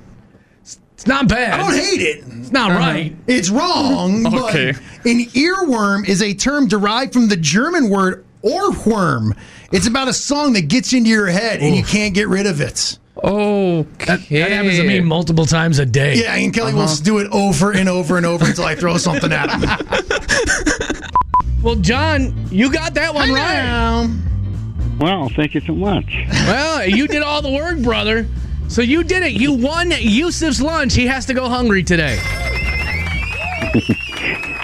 Speaker 1: It's not bad.
Speaker 2: I don't hate it.
Speaker 1: It's not right.
Speaker 2: It's wrong. but
Speaker 11: Okay.
Speaker 2: an earworm is a term derived from the German word Ohrwurm. It's about a song that gets into your head and you can't get rid of it.
Speaker 11: Okay.
Speaker 1: That, that happens to me multiple times a day.
Speaker 2: Yeah, and Kelly will do it over and over and over until I throw something at him.
Speaker 1: Well, John, you got that one right.
Speaker 12: Well, thank you so much.
Speaker 1: Well, you did all the work, brother. So you did it. You won Yusuf's lunch. He has to go hungry today.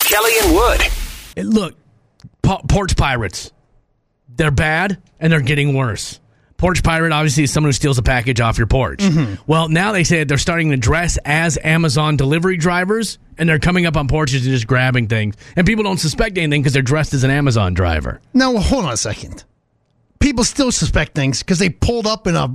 Speaker 10: Kelly and Wood.
Speaker 1: And Look, po- porch pirates. They're bad and they're getting worse. Porch pirate obviously is someone who steals a package off your porch. Well, now they say that they're starting to dress as Amazon delivery drivers and they're coming up on porches and just grabbing things. And people don't suspect anything because they're dressed as an Amazon driver.
Speaker 2: Now, well, hold on a second. People still suspect things because they pulled up in a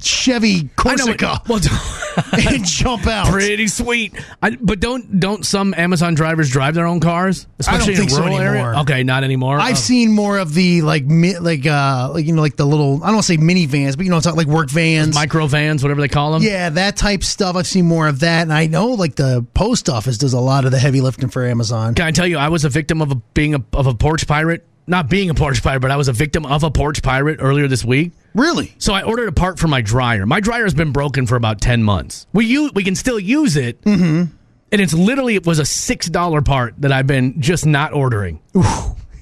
Speaker 2: Chevy Corsica
Speaker 1: Well,
Speaker 2: and jump out.
Speaker 1: pretty sweet. I, but don't don't some Amazon drivers drive their own cars, especially
Speaker 2: think
Speaker 1: in
Speaker 2: so
Speaker 1: rural area?
Speaker 2: anymore.
Speaker 1: Okay, not anymore.
Speaker 2: I've
Speaker 1: Oh.
Speaker 2: seen more of the like, mi- like, uh, like you know, like the little I don't want to say minivans, but you know, it's not like work vans,
Speaker 1: micro vans, whatever they call them.
Speaker 2: yeah, that type stuff. I've seen more of that, and I know like the post office does a lot of the heavy lifting for Amazon.
Speaker 1: Can I tell you, I was a victim of a, being a, of a porch pirate. Not being a porch pirate, but I was a victim of a porch pirate earlier this week.
Speaker 2: Really?
Speaker 1: So I ordered a part for my dryer. My dryer has been broken for about ten months. We u- we can still use it, mm-hmm. and it's literally it was a six dollar part that I've been just not ordering.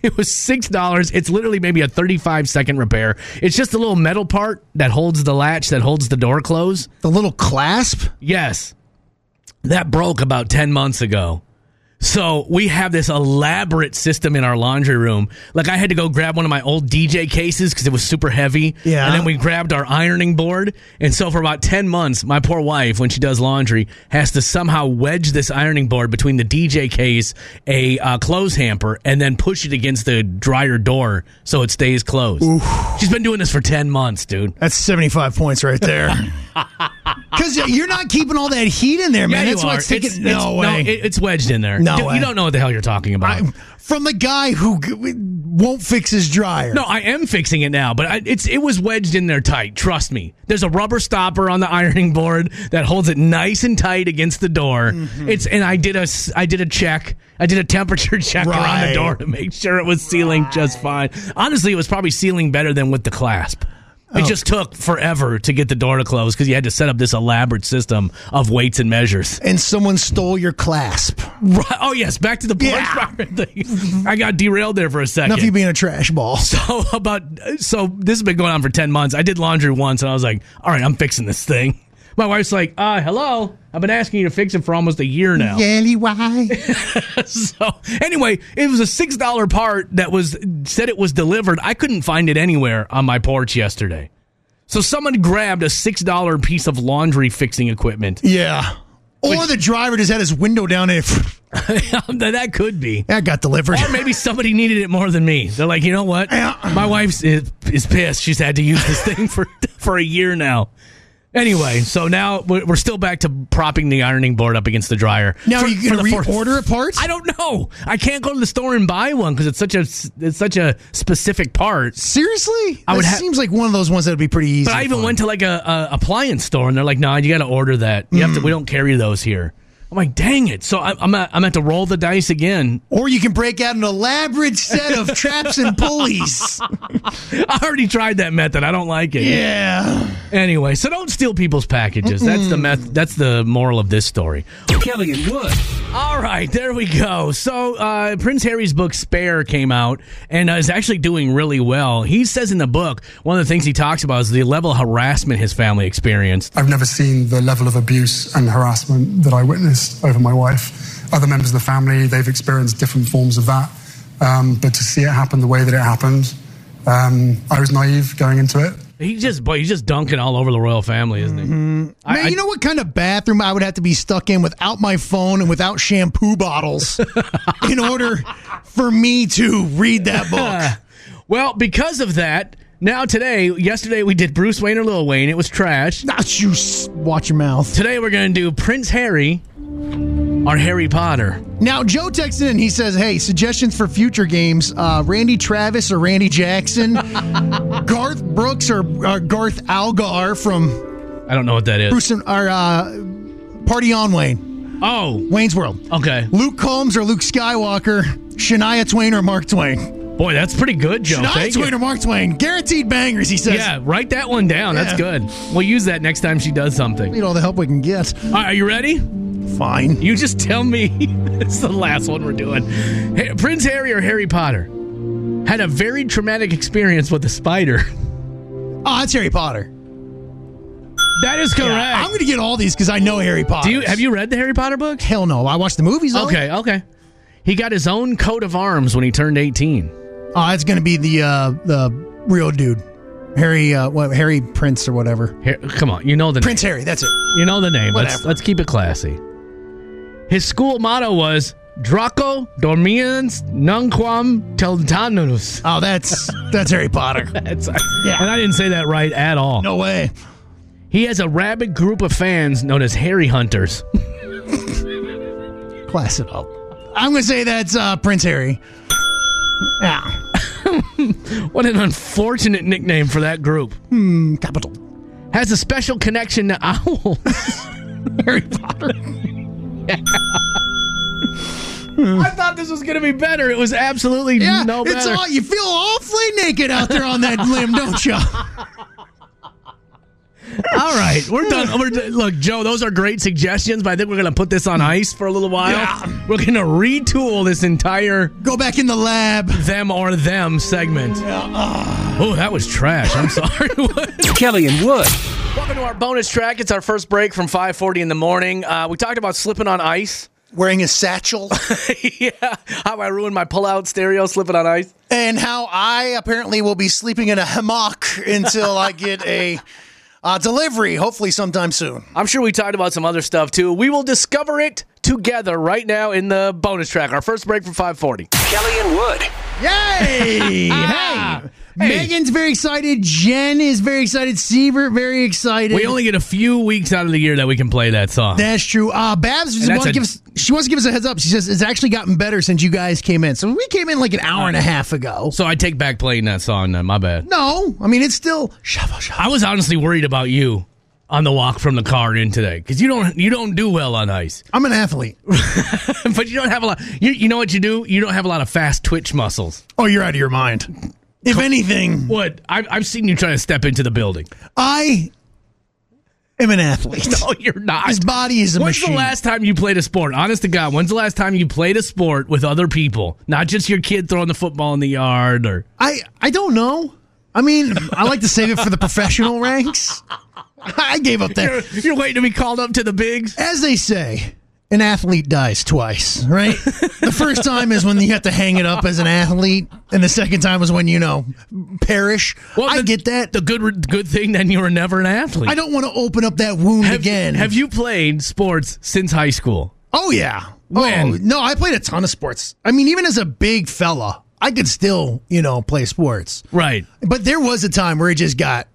Speaker 1: It was six dollars. It's literally maybe a thirty-five second repair. It's just a little metal part that holds the latch that holds the door closed.
Speaker 2: The little clasp.
Speaker 1: Yes. That broke about 10 months ago. So we have this elaborate system in our laundry room. Like I had to go grab one of my old DJ cases because it was super heavy.
Speaker 2: Yeah.
Speaker 1: And then we grabbed our ironing board. And so for about 10 months, my poor wife, when she does laundry, has to somehow wedge this ironing board between the DJ case, a uh, clothes hamper, and then push it against the dryer door so it stays closed. She's been doing this for 10 months, dude.
Speaker 2: That's seventy five points right there. Because you're not keeping all that heat in there, man.
Speaker 1: you
Speaker 2: That's why
Speaker 1: are.
Speaker 2: it's taking.
Speaker 1: It's- it's-
Speaker 2: no way.
Speaker 1: it- it's wedged in there.
Speaker 2: No
Speaker 1: You-
Speaker 2: way.
Speaker 1: You don't know what the hell you're talking about.
Speaker 2: I- from the guy who g- won't fix his dryer.
Speaker 1: no, I am fixing it now, but I, it's it was wedged in there tight. Trust me. There's a rubber stopper on the ironing board that holds it nice and tight against the door.
Speaker 2: Mm-hmm.
Speaker 1: It's and I did a s- I did a check. I did a temperature check around the
Speaker 2: Right.
Speaker 1: door to make sure it was sealing just fine. Honestly, it was probably sealing better than with the clasp.
Speaker 2: Oh.
Speaker 1: It just took forever to get the door to close because you had to set up this elaborate system of weights and measures.
Speaker 2: and someone stole your clasp.
Speaker 1: Right. Oh yes, back to the porch
Speaker 2: Yeah.
Speaker 1: pirate thing. I got derailed there for a second.
Speaker 2: Enough of you being a trash ball.
Speaker 1: so about so this has been going on for ten months. I did laundry once, and I was like, "All right, I'm fixing this thing." My wife's like, "Uh, hello. I've been asking you to fix it for almost a year now."
Speaker 2: Yelly, why?
Speaker 1: so anyway, it was a six dollar part that was said it was delivered. I couldn't find it anywhere on my porch yesterday. So someone grabbed a six dollar piece of laundry fixing equipment.
Speaker 2: Yeah. Or the driver just had his window down and
Speaker 1: that could be.
Speaker 2: that got delivered.
Speaker 1: Or maybe somebody needed it more than me. They're like, you know what?
Speaker 2: Yeah.
Speaker 1: My wife's is, is pissed. She's had to use this thing for for a year now. Anyway, so now we're we're still back to propping the ironing board up against the dryer.
Speaker 2: Now
Speaker 1: For-
Speaker 2: are you
Speaker 1: for
Speaker 2: gonna
Speaker 1: the fourth-
Speaker 2: reorder a part?
Speaker 1: I don't know. I can't go to the store and buy one because it's such a s- it's such a specific part.
Speaker 2: Seriously?
Speaker 1: I would
Speaker 2: that
Speaker 1: ha-
Speaker 2: seems like one of those ones that would be pretty easy.
Speaker 1: But I even
Speaker 2: to
Speaker 1: went to like a, a appliance store and they're like, "Nah, you got to order that. You
Speaker 2: Mm.
Speaker 1: have to. We don't carry those here." I'm like, "Dang it!" So I, I'm at, I'm at to roll the dice again.
Speaker 2: find. Or you can break out an elaborate set of traps and pulleys.
Speaker 1: I already tried that method. I don't like it.
Speaker 2: Yeah.
Speaker 1: Anyway, so don't steal people's packages. That's the meth- that's the moral of this story.
Speaker 3: Kelly and Wood.
Speaker 1: All right, there we go. So uh, Prince Harry's book Spare came out and uh, is actually doing really well. He says in the book one of the things he talks about is the level of harassment his family experienced.
Speaker 13: I've never seen the level of abuse and harassment that I witnessed over my wife. Other members of the family, they've experienced different forms of that. Um, but to see it happen the way that it happened, um, I was naive going into it.
Speaker 1: He just boy, he's just dunking all over the royal family, isn't he?
Speaker 2: Man, you know what kind of bathroom I would have to be stuck in without my phone and without shampoo bottles in order for me to read that book?
Speaker 1: Well, because of that, now today, yesterday we did Bruce Wayne or Lil Wayne. It was trash.
Speaker 2: Not you. s- Watch your mouth.
Speaker 1: Today we're going to do Prince Harry or Harry Potter.
Speaker 2: Now, Joe texted in. He says, Hey, suggestions for future games uh, Randy Travis or Randy Jackson, Garth Brooks or, or Garth Algar from
Speaker 1: I don't know what that is.
Speaker 2: Bruce and, or, uh, Party on, Wayne.
Speaker 1: Oh,
Speaker 2: Wayne's World.
Speaker 1: Okay.
Speaker 2: Luke Combs or Luke Skywalker, Shania Twain or Mark Twain.
Speaker 1: Boy, that's pretty good, Joe.
Speaker 2: Shania
Speaker 1: Thank
Speaker 2: Twain
Speaker 1: you.
Speaker 2: or Mark Twain, guaranteed bangers. He says.
Speaker 1: Yeah, write that one down.
Speaker 2: Yeah.
Speaker 1: That's good. We'll use that next time she does something.
Speaker 2: We need all the help we can get.
Speaker 1: All right, are you ready?
Speaker 2: Fine.
Speaker 1: You just tell me. it's the last one we're doing. Hey, Prince Harry or Harry Potter had a very traumatic experience with a spider.
Speaker 2: Oh, it's Harry Potter.
Speaker 1: That is correct.
Speaker 2: Yeah, I'm going to get all these because I know Harry Potter.
Speaker 1: Do you have you read the Harry Potter books?
Speaker 2: Hell no. I watched the movies. Though.
Speaker 1: Okay, okay. He got his own coat of arms when he turned 18.
Speaker 2: Oh, it's going to be the uh, the real dude, Harry. Uh, what Harry Prince or whatever.
Speaker 1: Here, come on, you know the
Speaker 2: Prince
Speaker 1: name.
Speaker 2: Harry. That's it.
Speaker 1: You know the name. Let's,
Speaker 2: Whatever.
Speaker 1: let's keep it classy. His school motto was Draco dormiens nunquam teltanus.
Speaker 2: Oh, that's that's Harry Potter.
Speaker 1: That's
Speaker 2: Yeah.
Speaker 1: And I didn't say that right at all.
Speaker 2: No way.
Speaker 1: He has a rabid group of fans known as Harry Hunters.
Speaker 2: Class it up. I'm going to say that's uh, Prince Harry. Yeah.
Speaker 1: What an unfortunate nickname for that group.
Speaker 2: Hmm. Capital.
Speaker 1: Has a special connection to owls.
Speaker 2: Harry Potter.
Speaker 1: I thought this was going to be better. It was absolutely
Speaker 2: Yeah,
Speaker 1: no
Speaker 2: it's
Speaker 1: better.
Speaker 2: all you feel awfully naked out there on that limb, don't you?
Speaker 1: All right, we're done. We're done. Look, Joe, those are great suggestions, but I think we're going to put this on ice for a little while. We're going to retool this entire
Speaker 2: Go back in the lab.
Speaker 1: them or them segment. Oh, that was trash. I'm sorry. What?
Speaker 3: Kelly and Wood.
Speaker 1: Welcome to our bonus track. It's our first break from 5:40 in the morning. Uh, we talked about slipping on ice.
Speaker 2: Wearing a satchel.
Speaker 1: yeah, how I ruined my pull-out stereo slipping on ice.
Speaker 2: and how I apparently will be sleeping in a hammock until I get a uh, delivery, hopefully sometime soon.
Speaker 1: I'm sure we talked about some other stuff too. We will discover it together right now in the bonus track. Our first break from 5:40.
Speaker 10: Kelly and Wood.
Speaker 2: Yay! hey.
Speaker 1: Ah.
Speaker 2: Megan's very excited. Jen is very excited. Sievert very excited.
Speaker 1: We only get a few weeks out of the year that we can play that song.
Speaker 2: That's true. Uh, Babs just
Speaker 1: that's
Speaker 2: wants to
Speaker 1: a-
Speaker 2: give us, she wants to give us a heads up. She says it's actually gotten better since you guys came in. So we came in like an hour and a half ago.
Speaker 1: so I take back playing that song then. My bad.
Speaker 2: No, I mean it's still shuffle shuffle.
Speaker 1: I was honestly worried about you on the walk from the car in today because you don't you don't do well on ice,
Speaker 2: I'm an athlete.
Speaker 1: but you don't have a lot. You, you know what you do? You don't have a lot of fast twitch muscles.
Speaker 2: Oh, you're out of your mind. If anything,
Speaker 1: What I've, I've seen you trying to step into the building.
Speaker 2: I am an athlete.
Speaker 1: No, you're not.
Speaker 2: His body is a
Speaker 1: When's
Speaker 2: machine.
Speaker 1: the last time you played a sport? Honest to God, when's the last time you played a sport with other people? Not just your kid throwing the football in the yard or
Speaker 2: I I don't know. I mean, I like to save it for the professional ranks. I gave up
Speaker 1: you're,
Speaker 2: that.
Speaker 1: you're waiting to be called up to the bigs.
Speaker 2: As they say, an athlete dies twice, right? the first time is when you have to hang it up as an athlete, and the second time is when you know perish.
Speaker 1: Well,
Speaker 2: I
Speaker 1: the-
Speaker 2: get that.
Speaker 1: The good good thing then you were never an athlete.
Speaker 2: I don't want to open up that wound
Speaker 1: have,
Speaker 2: again.
Speaker 1: Have you played sports since high school?
Speaker 2: Oh yeah.
Speaker 1: When?
Speaker 2: Oh no, I played a ton of sports. I mean, even as a big fella, I could still you know play sports.
Speaker 1: Right.
Speaker 2: But there was a time where it just got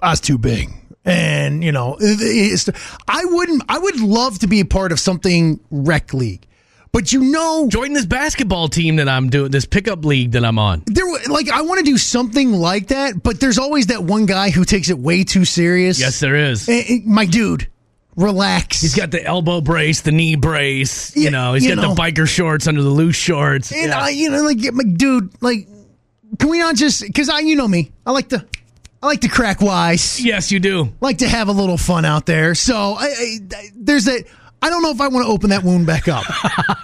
Speaker 2: us too big. And you know, it- it's, I wouldn't. I would love to be a part of something rec league, but you know,
Speaker 1: Join this basketball team that I'm doing, this pickup league that I'm on.
Speaker 2: there wa- like I want to do something like that. But there's always that one guy who takes it way too serious.
Speaker 1: Yes, there is.
Speaker 2: Eh, eh, my dude, relax.
Speaker 1: He's got the elbow brace, the knee brace. You
Speaker 2: Yeah,
Speaker 1: know, he's
Speaker 2: you
Speaker 1: got
Speaker 2: know.
Speaker 1: the biker shorts under the loose shorts.
Speaker 2: And
Speaker 1: Yeah.
Speaker 2: I, you know, like, I'm like, dude, like, can we not just? Because I, you know me, I like to, I like to crack wise,
Speaker 1: yes, you do.
Speaker 2: like to have a little fun out there. So I, I there's that. I don't know if I want to open that wound back up.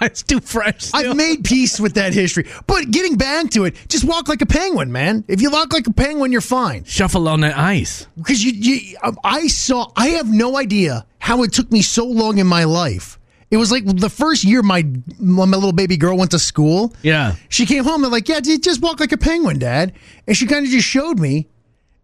Speaker 1: it's too fresh. still.
Speaker 2: I've made peace with that history. But getting back to it, just walk like a penguin, man. If you walk like a penguin, you're fine.
Speaker 1: Shuffle on that ice.
Speaker 2: Because you, you um, I saw, I have no idea how it took me so long in my life. It was like the first year my my little baby girl went to school.
Speaker 1: Yeah.
Speaker 2: She came home and like, yeah, dude, just walk like a penguin, Dad. And she kind of just showed me,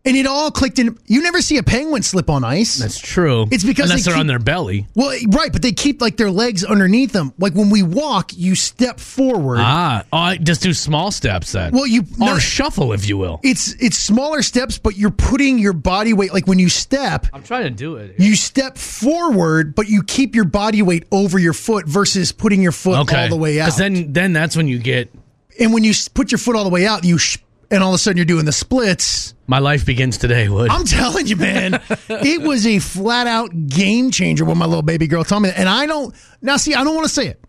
Speaker 2: and it all clicked in. You never see a penguin slip on ice.
Speaker 1: That's true.
Speaker 2: It's because
Speaker 1: unless
Speaker 2: they
Speaker 1: are on
Speaker 2: keep-
Speaker 1: their belly.
Speaker 2: well, right, but they keep like their legs underneath them. Like when we walk, you step forward.
Speaker 1: Ah, oh, I- just do small steps then.
Speaker 2: Well, you-
Speaker 1: or
Speaker 2: no-
Speaker 1: shuffle if you will.
Speaker 2: It's it's smaller steps, but you're putting your body weight. Like when you step,
Speaker 1: I'm trying to do it.
Speaker 2: you step forward, but you keep your body weight over your foot versus putting your foot
Speaker 1: okay,
Speaker 2: all the way out.
Speaker 1: Because then, then that's when you get
Speaker 2: and when you s- put your foot all the way out, you sh- and all of a sudden you're doing the splits.
Speaker 1: My life begins today, Wood.
Speaker 2: I'm telling you, man, it was a flat out game changer when my little baby girl told me that. And I don't now see, I don't want to say it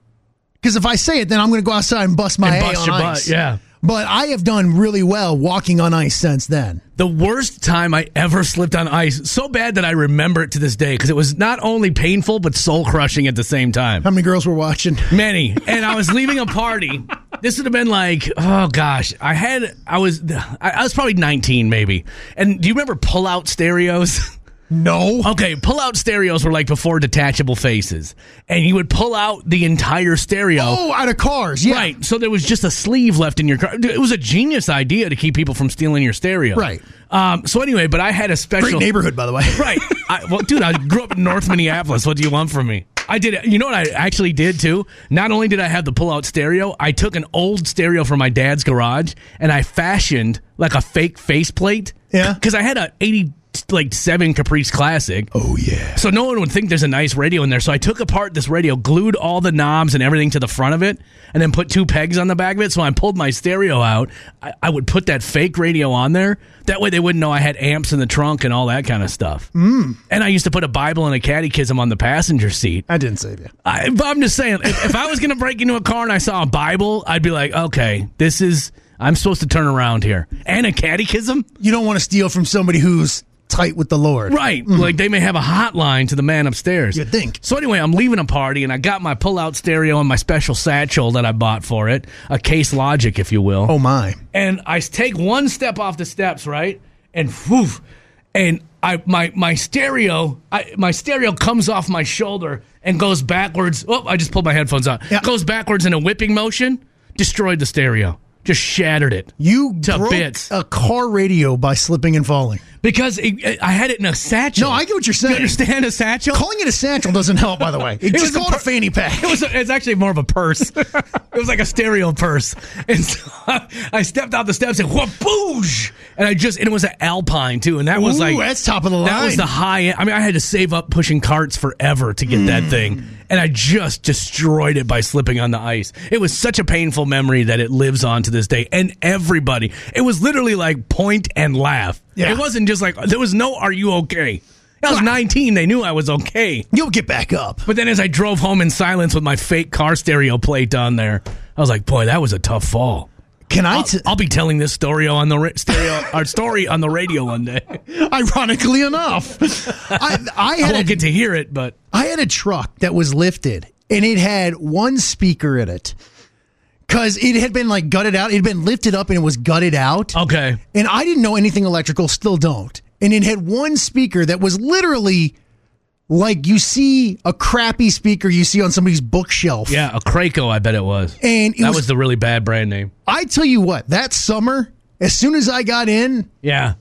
Speaker 2: because if I say it, then I'm going to go outside and bust my
Speaker 1: And
Speaker 2: A
Speaker 1: bust
Speaker 2: on
Speaker 1: your butt,
Speaker 2: ice.
Speaker 1: yeah.
Speaker 2: but I have done really well walking on ice since then.
Speaker 1: The worst time I ever slipped on ice, so bad that I remember it to this day because it was not only painful but soul crushing at the same time.
Speaker 2: How many girls were watching?
Speaker 1: Many. And I was leaving a party. This would have been like, oh gosh, I had, I was, I, I was probably 19 maybe. And do you remember pull out stereos?
Speaker 2: No.
Speaker 1: Okay, pull out stereos were like before detachable faces. And you would pull out the entire stereo.
Speaker 2: Oh, out of cars, yeah.
Speaker 1: Right. So there was just a sleeve left in your car. It was a genius idea to keep people from stealing your stereo.
Speaker 2: Right.
Speaker 1: Um, so anyway, but I had a special
Speaker 2: Great neighborhood, by the way.
Speaker 1: Right. I, well, dude, I grew up in North Minneapolis. What do you want from me? I did. You know what I actually did too? Not only did I have the pull-out stereo, I took an old stereo from my dad's garage and I fashioned like a fake faceplate. Yeah. Because I had a eighty like seven Caprice Classic.
Speaker 2: Oh yeah.
Speaker 1: So no one would think there's a nice radio in there. So I took apart this radio, glued all the knobs and everything to the front of it, and then put two pegs on the back of it. So when I pulled my stereo out. I, I would put that fake radio on there. That way they wouldn't know I had amps in the trunk and all that kind of stuff. Mm. And I used to put a Bible and a catechism on the passenger seat.
Speaker 2: I didn't save you.
Speaker 1: I, but I'm just saying, if, if I was going to break into a car and I saw a Bible, I'd be like, okay, this is, I'm supposed to turn around here. And a catechism?
Speaker 2: You don't want to steal from somebody who's tight with the Lord.
Speaker 1: Right. Like they may have a hotline to the man upstairs.
Speaker 2: Mm-hmm. You'd think.
Speaker 1: So anyway, I'm leaving a party and I got my pull-out stereo and my special satchel that I bought for it, a case logic, if you will.
Speaker 2: Oh my.
Speaker 1: And I take one step off the steps, right? And whew, and I my my stereo I, my stereo comes off my shoulder and goes backwards. Oh, I just pulled my headphones out. Goes backwards in a whipping motion, destroyed the stereo. Just shattered it.
Speaker 2: You
Speaker 1: to
Speaker 2: broke
Speaker 1: bits.
Speaker 2: a car radio by slipping and falling.
Speaker 1: Because it, I had it in a satchel.
Speaker 2: No, I get what you're saying.
Speaker 1: You understand a satchel?
Speaker 2: Calling it a satchel doesn't help, by the way. It's just
Speaker 1: was a
Speaker 2: called a,
Speaker 1: per-
Speaker 2: fanny pack.
Speaker 1: It was a, it's actually more of a purse. it was like a stereo purse. And so I stepped out the steps and whoop boosh. And I just and it was an Alpine too. And that was
Speaker 2: Ooh,
Speaker 1: like
Speaker 2: that's top of the
Speaker 1: That was
Speaker 2: line.
Speaker 1: the high end. I mean, I had to save up pushing carts forever to get
Speaker 2: Hmm.
Speaker 1: that thing. And I just destroyed it by slipping on the ice. It was such a painful memory that it lives on to this day. And everybody, it was literally like point and laugh.
Speaker 2: Yeah.
Speaker 1: It wasn't just like there was no "Are you okay?" I was 19. They knew I was okay.
Speaker 2: You'll get back up.
Speaker 1: But then as I drove home in silence with my fake car stereo plate on there, I was like, boy, that was a tough fall.
Speaker 2: Can I?
Speaker 1: I'll,
Speaker 2: T-
Speaker 1: I'll be telling this story on the ra- stereo, our story on the radio one day.
Speaker 2: ironically enough, I, I
Speaker 1: I
Speaker 2: had a
Speaker 1: won't get to hear it, but
Speaker 2: I had a truck that was lifted and it had one speaker in it because it had been like gutted out. It had been lifted up and it was gutted out.
Speaker 1: okay.
Speaker 2: And I didn't know anything electrical, still don't. And it had one speaker that was literally like you see a crappy speaker you see on somebody's bookshelf.
Speaker 1: Yeah, a Craco, I bet it was.
Speaker 2: And it
Speaker 1: that
Speaker 2: was-
Speaker 1: was, the really bad brand name.
Speaker 2: I tell you what, that summer, as soon as I got in,
Speaker 1: Yeah.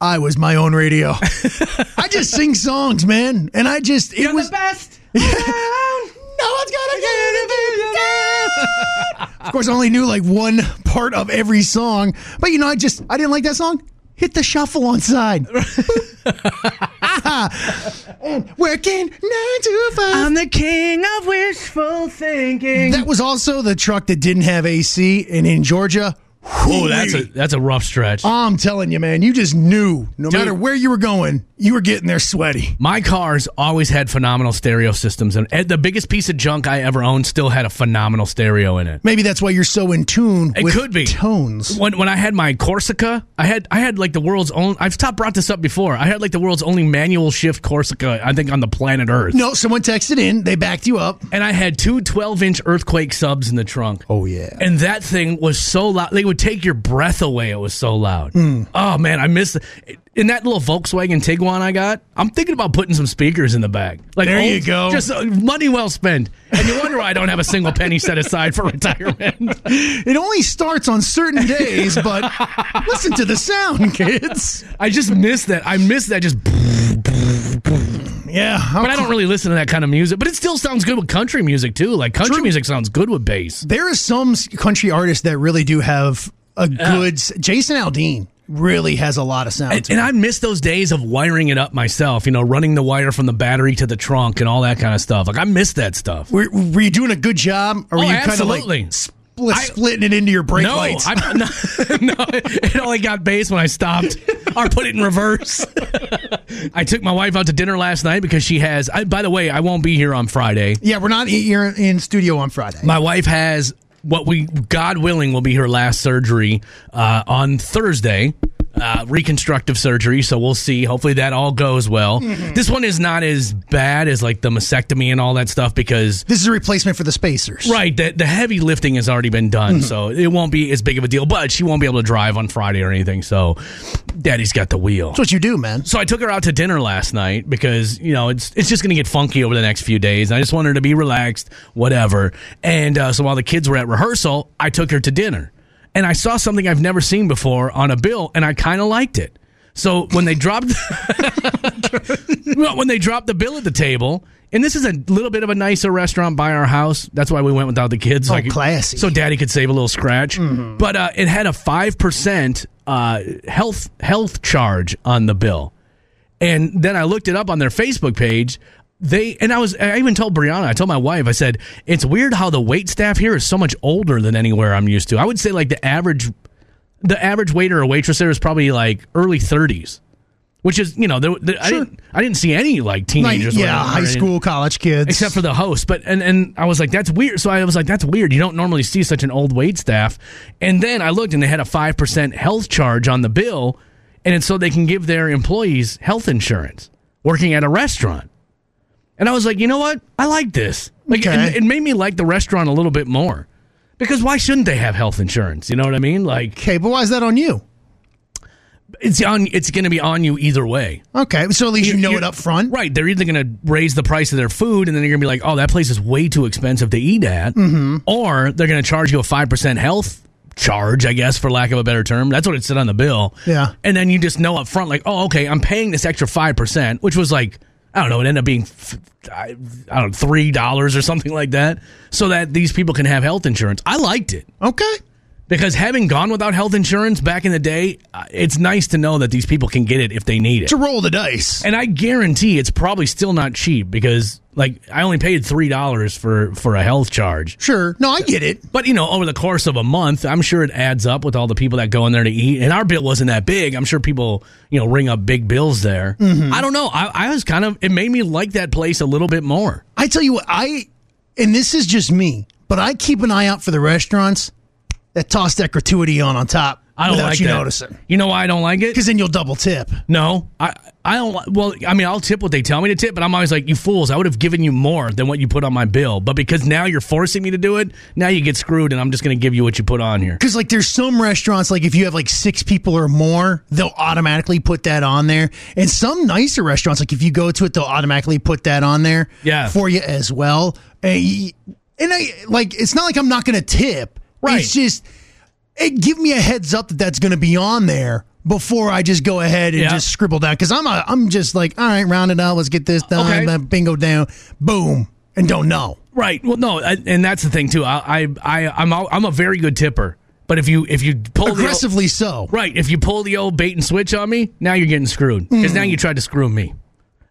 Speaker 2: I was my own radio. I just sing songs, man. And I just, it was.
Speaker 1: best.
Speaker 2: No one's gonna get it down. Of course, I only knew like one part of every song, but you know, I just I didn't like that song. Hit the shuffle on side. and working nine to 5
Speaker 1: the king of wishful thinking.
Speaker 2: that was also the truck that didn't have AC, and in Georgia,
Speaker 1: Oh, that's a that's a rough stretch.
Speaker 2: I'm telling you, man, you just knew no
Speaker 1: Dude.
Speaker 2: matter where you were going, you were getting there sweaty.
Speaker 1: My cars always had phenomenal stereo systems, and and the biggest piece of junk I ever owned still had a phenomenal stereo in it.
Speaker 2: Maybe that's why you're so in tune
Speaker 1: It
Speaker 2: with
Speaker 1: could be.
Speaker 2: tones.
Speaker 1: When when I had my Corsica, I had I had like the world's own. I've top brought this up before. I had like the world's only manual shift Corsica. I think on the planet Earth.
Speaker 2: No, someone texted in, they backed you up.
Speaker 1: And I had two 12 inch earthquake subs in the trunk.
Speaker 2: Oh yeah.
Speaker 1: And that thing was so loud. They would take your breath away. It was so loud.
Speaker 2: Hmm.
Speaker 1: Oh, man. I miss it. In that little Volkswagen Tiguan I got, I'm thinking about putting some speakers in the back. Like
Speaker 2: There you go.
Speaker 1: Just uh, money well spent. And you wonder why I don't have a single penny set aside for retirement.
Speaker 2: It only starts on certain days, but listen to the sound, kids.
Speaker 1: I just miss that. I miss that just.
Speaker 2: Yeah,
Speaker 1: But I don't really listen to that kind of music. But it still sounds good with country music too. Like country music sounds good with bass.
Speaker 2: There is some s- country artists that really do have a good. s- Jason Aldean really has a lot of sound.
Speaker 1: And,
Speaker 2: to
Speaker 1: and
Speaker 2: him.
Speaker 1: I miss those days of wiring it up myself. You know, running the wire from the battery to the trunk and all that kind of stuff. Like I miss that stuff.
Speaker 2: were, were you doing a good job? Or were
Speaker 1: Oh,
Speaker 2: you
Speaker 1: absolutely.
Speaker 2: Kind of like with splitting it into your brake
Speaker 1: no,
Speaker 2: lights.
Speaker 1: I'm, no, no, it only got bass when I stopped or put it in reverse. I took my wife out to dinner last night because she has. I, by the way, I won't be here on Friday.
Speaker 2: yeah, we're not you're in studio on Friday.
Speaker 1: My wife has what we, God willing, will be her last surgery uh, on Thursday. Uh, reconstructive surgery, so we'll see. Hopefully, that all goes well.
Speaker 2: Mhm.
Speaker 1: This one is not as bad as like the mastectomy and all that stuff because
Speaker 2: This is a replacement for the spacers.
Speaker 1: Right. The, the heavy lifting has already been done,
Speaker 2: Mhm.
Speaker 1: so it won't be as big of a deal. But she won't be able to drive on Friday or anything, so Daddy's got the wheel.
Speaker 2: That's what you do, man.
Speaker 1: So I took her out to dinner last night because you know it's it's just going to get funky over the next few days. I just want her to be relaxed, whatever. And uh, so while the kids were at rehearsal, I took her to dinner, and I saw something I've never seen before on a bill, and I kind of liked it. So when they dropped, well, when they dropped the bill at the table, and this is a little bit of a nicer restaurant by our house. That's why we went without the kids.
Speaker 2: Oh,
Speaker 1: I could-
Speaker 2: classy.
Speaker 1: So daddy could save a little scratch.
Speaker 2: Mm-hmm.
Speaker 1: But uh, it had a five percent uh, health health charge on the bill. And then I looked it up on their Facebook page. They and I was I even told Brianna, I told my wife, I said, it's weird how the wait staff here is so much older than anywhere I'm used to. I would say like the average the average waiter or waitress there is probably like early 30s. Which is, you know, there, there, I didn't, I didn't see any like
Speaker 2: Like,
Speaker 1: teenagers.
Speaker 2: yeah,
Speaker 1: or
Speaker 2: high
Speaker 1: anything
Speaker 2: school, college kids.
Speaker 1: except for the host. But and and I was like, that's weird. So I was like, that's weird. You don't normally see such an old wait staff. And then I looked, and they had a five percent health charge on the bill, and it's so they can give their employees health insurance working at a restaurant. And I was like, you know what? I like this. Like, it-
Speaker 2: Okay.
Speaker 1: it, made me like the restaurant a little bit more because why shouldn't they have health insurance? You know what I mean? Like,
Speaker 2: okay, but why is that on you?
Speaker 1: It's on. It's going to be on you either way.
Speaker 2: Okay, so at least you, know it up front.
Speaker 1: Right. They're either going to raise the price of their food and then you're going to be like, oh, that place is way too expensive to eat at.
Speaker 2: Mm-hmm.
Speaker 1: Or they're going to charge you a 5% health charge, I guess, for lack of a better term. That's what it said on the bill.
Speaker 2: Yeah.
Speaker 1: And then you just know up front, like, oh, okay, I'm paying this extra 5%, which was like, I don't know, it ended up being, f- I, I don't know, $3 or something like that, so that these people can have health insurance. I liked it.
Speaker 2: Okay.
Speaker 1: Because having gone without health insurance back in the day, uh, it's nice to know that these people can get it if they need it.
Speaker 2: To roll the dice.
Speaker 1: And I guarantee it's probably still not cheap because like I only paid three dollars for for a health charge.
Speaker 2: Sure. No, I get it.
Speaker 1: But you know, over the course of a month, I'm sure it adds up with all the people that go in there to eat. And our bill wasn't that big. I'm sure people, you know, ring up big bills there.
Speaker 2: Mm-hmm.
Speaker 1: I don't know. I, I was kind of it made me like that place a little bit more.
Speaker 2: I tell you what, I and this is just me, but I keep an eye out for the restaurants that toss that gratuity on on top.
Speaker 1: I don't
Speaker 2: without
Speaker 1: like
Speaker 2: you
Speaker 1: that.
Speaker 2: noticing.
Speaker 1: You know why I don't like it?
Speaker 2: Because then you'll double tip.
Speaker 1: No, I I don't. li- Well, I mean, I'll tip what they tell me to tip, but I'm always like, you fools! I would have given you more than what you put on my bill, but because now you're forcing me to do it, now you get screwed, and I'm just going to give you what you put on here.
Speaker 2: Because like there's some restaurants like if you have like six people or more, they'll automatically put that on there. And some nicer restaurants like if you go to it, they'll automatically put that on there.
Speaker 1: Yeah.
Speaker 2: for you as well. And, y- and I like it's not like I'm not going to tip. Right. It's just it give me a heads up that that's going to be on there before I just go ahead and
Speaker 1: Yeah.
Speaker 2: just scribble down because I'm a, I'm just like all right, round it out. Let's get this done.
Speaker 1: Okay.
Speaker 2: blah, Bingo down. Boom. And don't know.
Speaker 1: Right. Well, no, I, and that's the thing too. I, I, I I'm, a, I'm a very good tipper, but if you, if you pull the old,
Speaker 2: Aggressively so.
Speaker 1: right, if you pull the old bait and switch on me, now you're getting screwed because now you tried to screw me,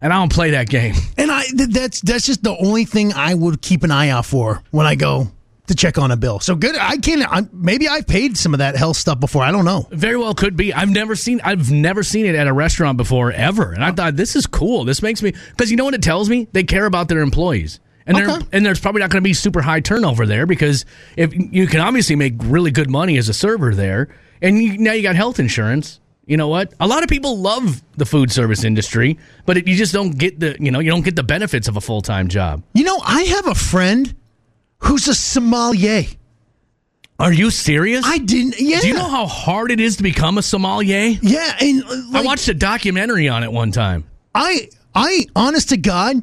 Speaker 1: and I don't play that game.
Speaker 2: And I th- that's that's just the only thing I would keep an eye out for when I go to check on a bill. So good, I can I, maybe I've paid some of that health stuff before. I don't know.
Speaker 1: Very well could be. I've never seen I've never seen it at a restaurant before ever. And I thought this is cool. This makes me because you know what it tells me? They care about their employees. And there
Speaker 2: Okay.
Speaker 1: and there's probably not going to be super high turnover there because if you can obviously make really good money as a server there and you, now you got health insurance. You know what? A lot of people love the food service industry, but it, you just don't get the you know you don't get the benefits of a full time job.
Speaker 2: You know, I have a friend who's a sommelier.
Speaker 1: Are you serious?
Speaker 2: I didn't. Yeah.
Speaker 1: Do you know how hard it is to become a sommelier?
Speaker 2: Yeah, and uh,
Speaker 1: I watched a documentary on it one time.
Speaker 2: I I honest to God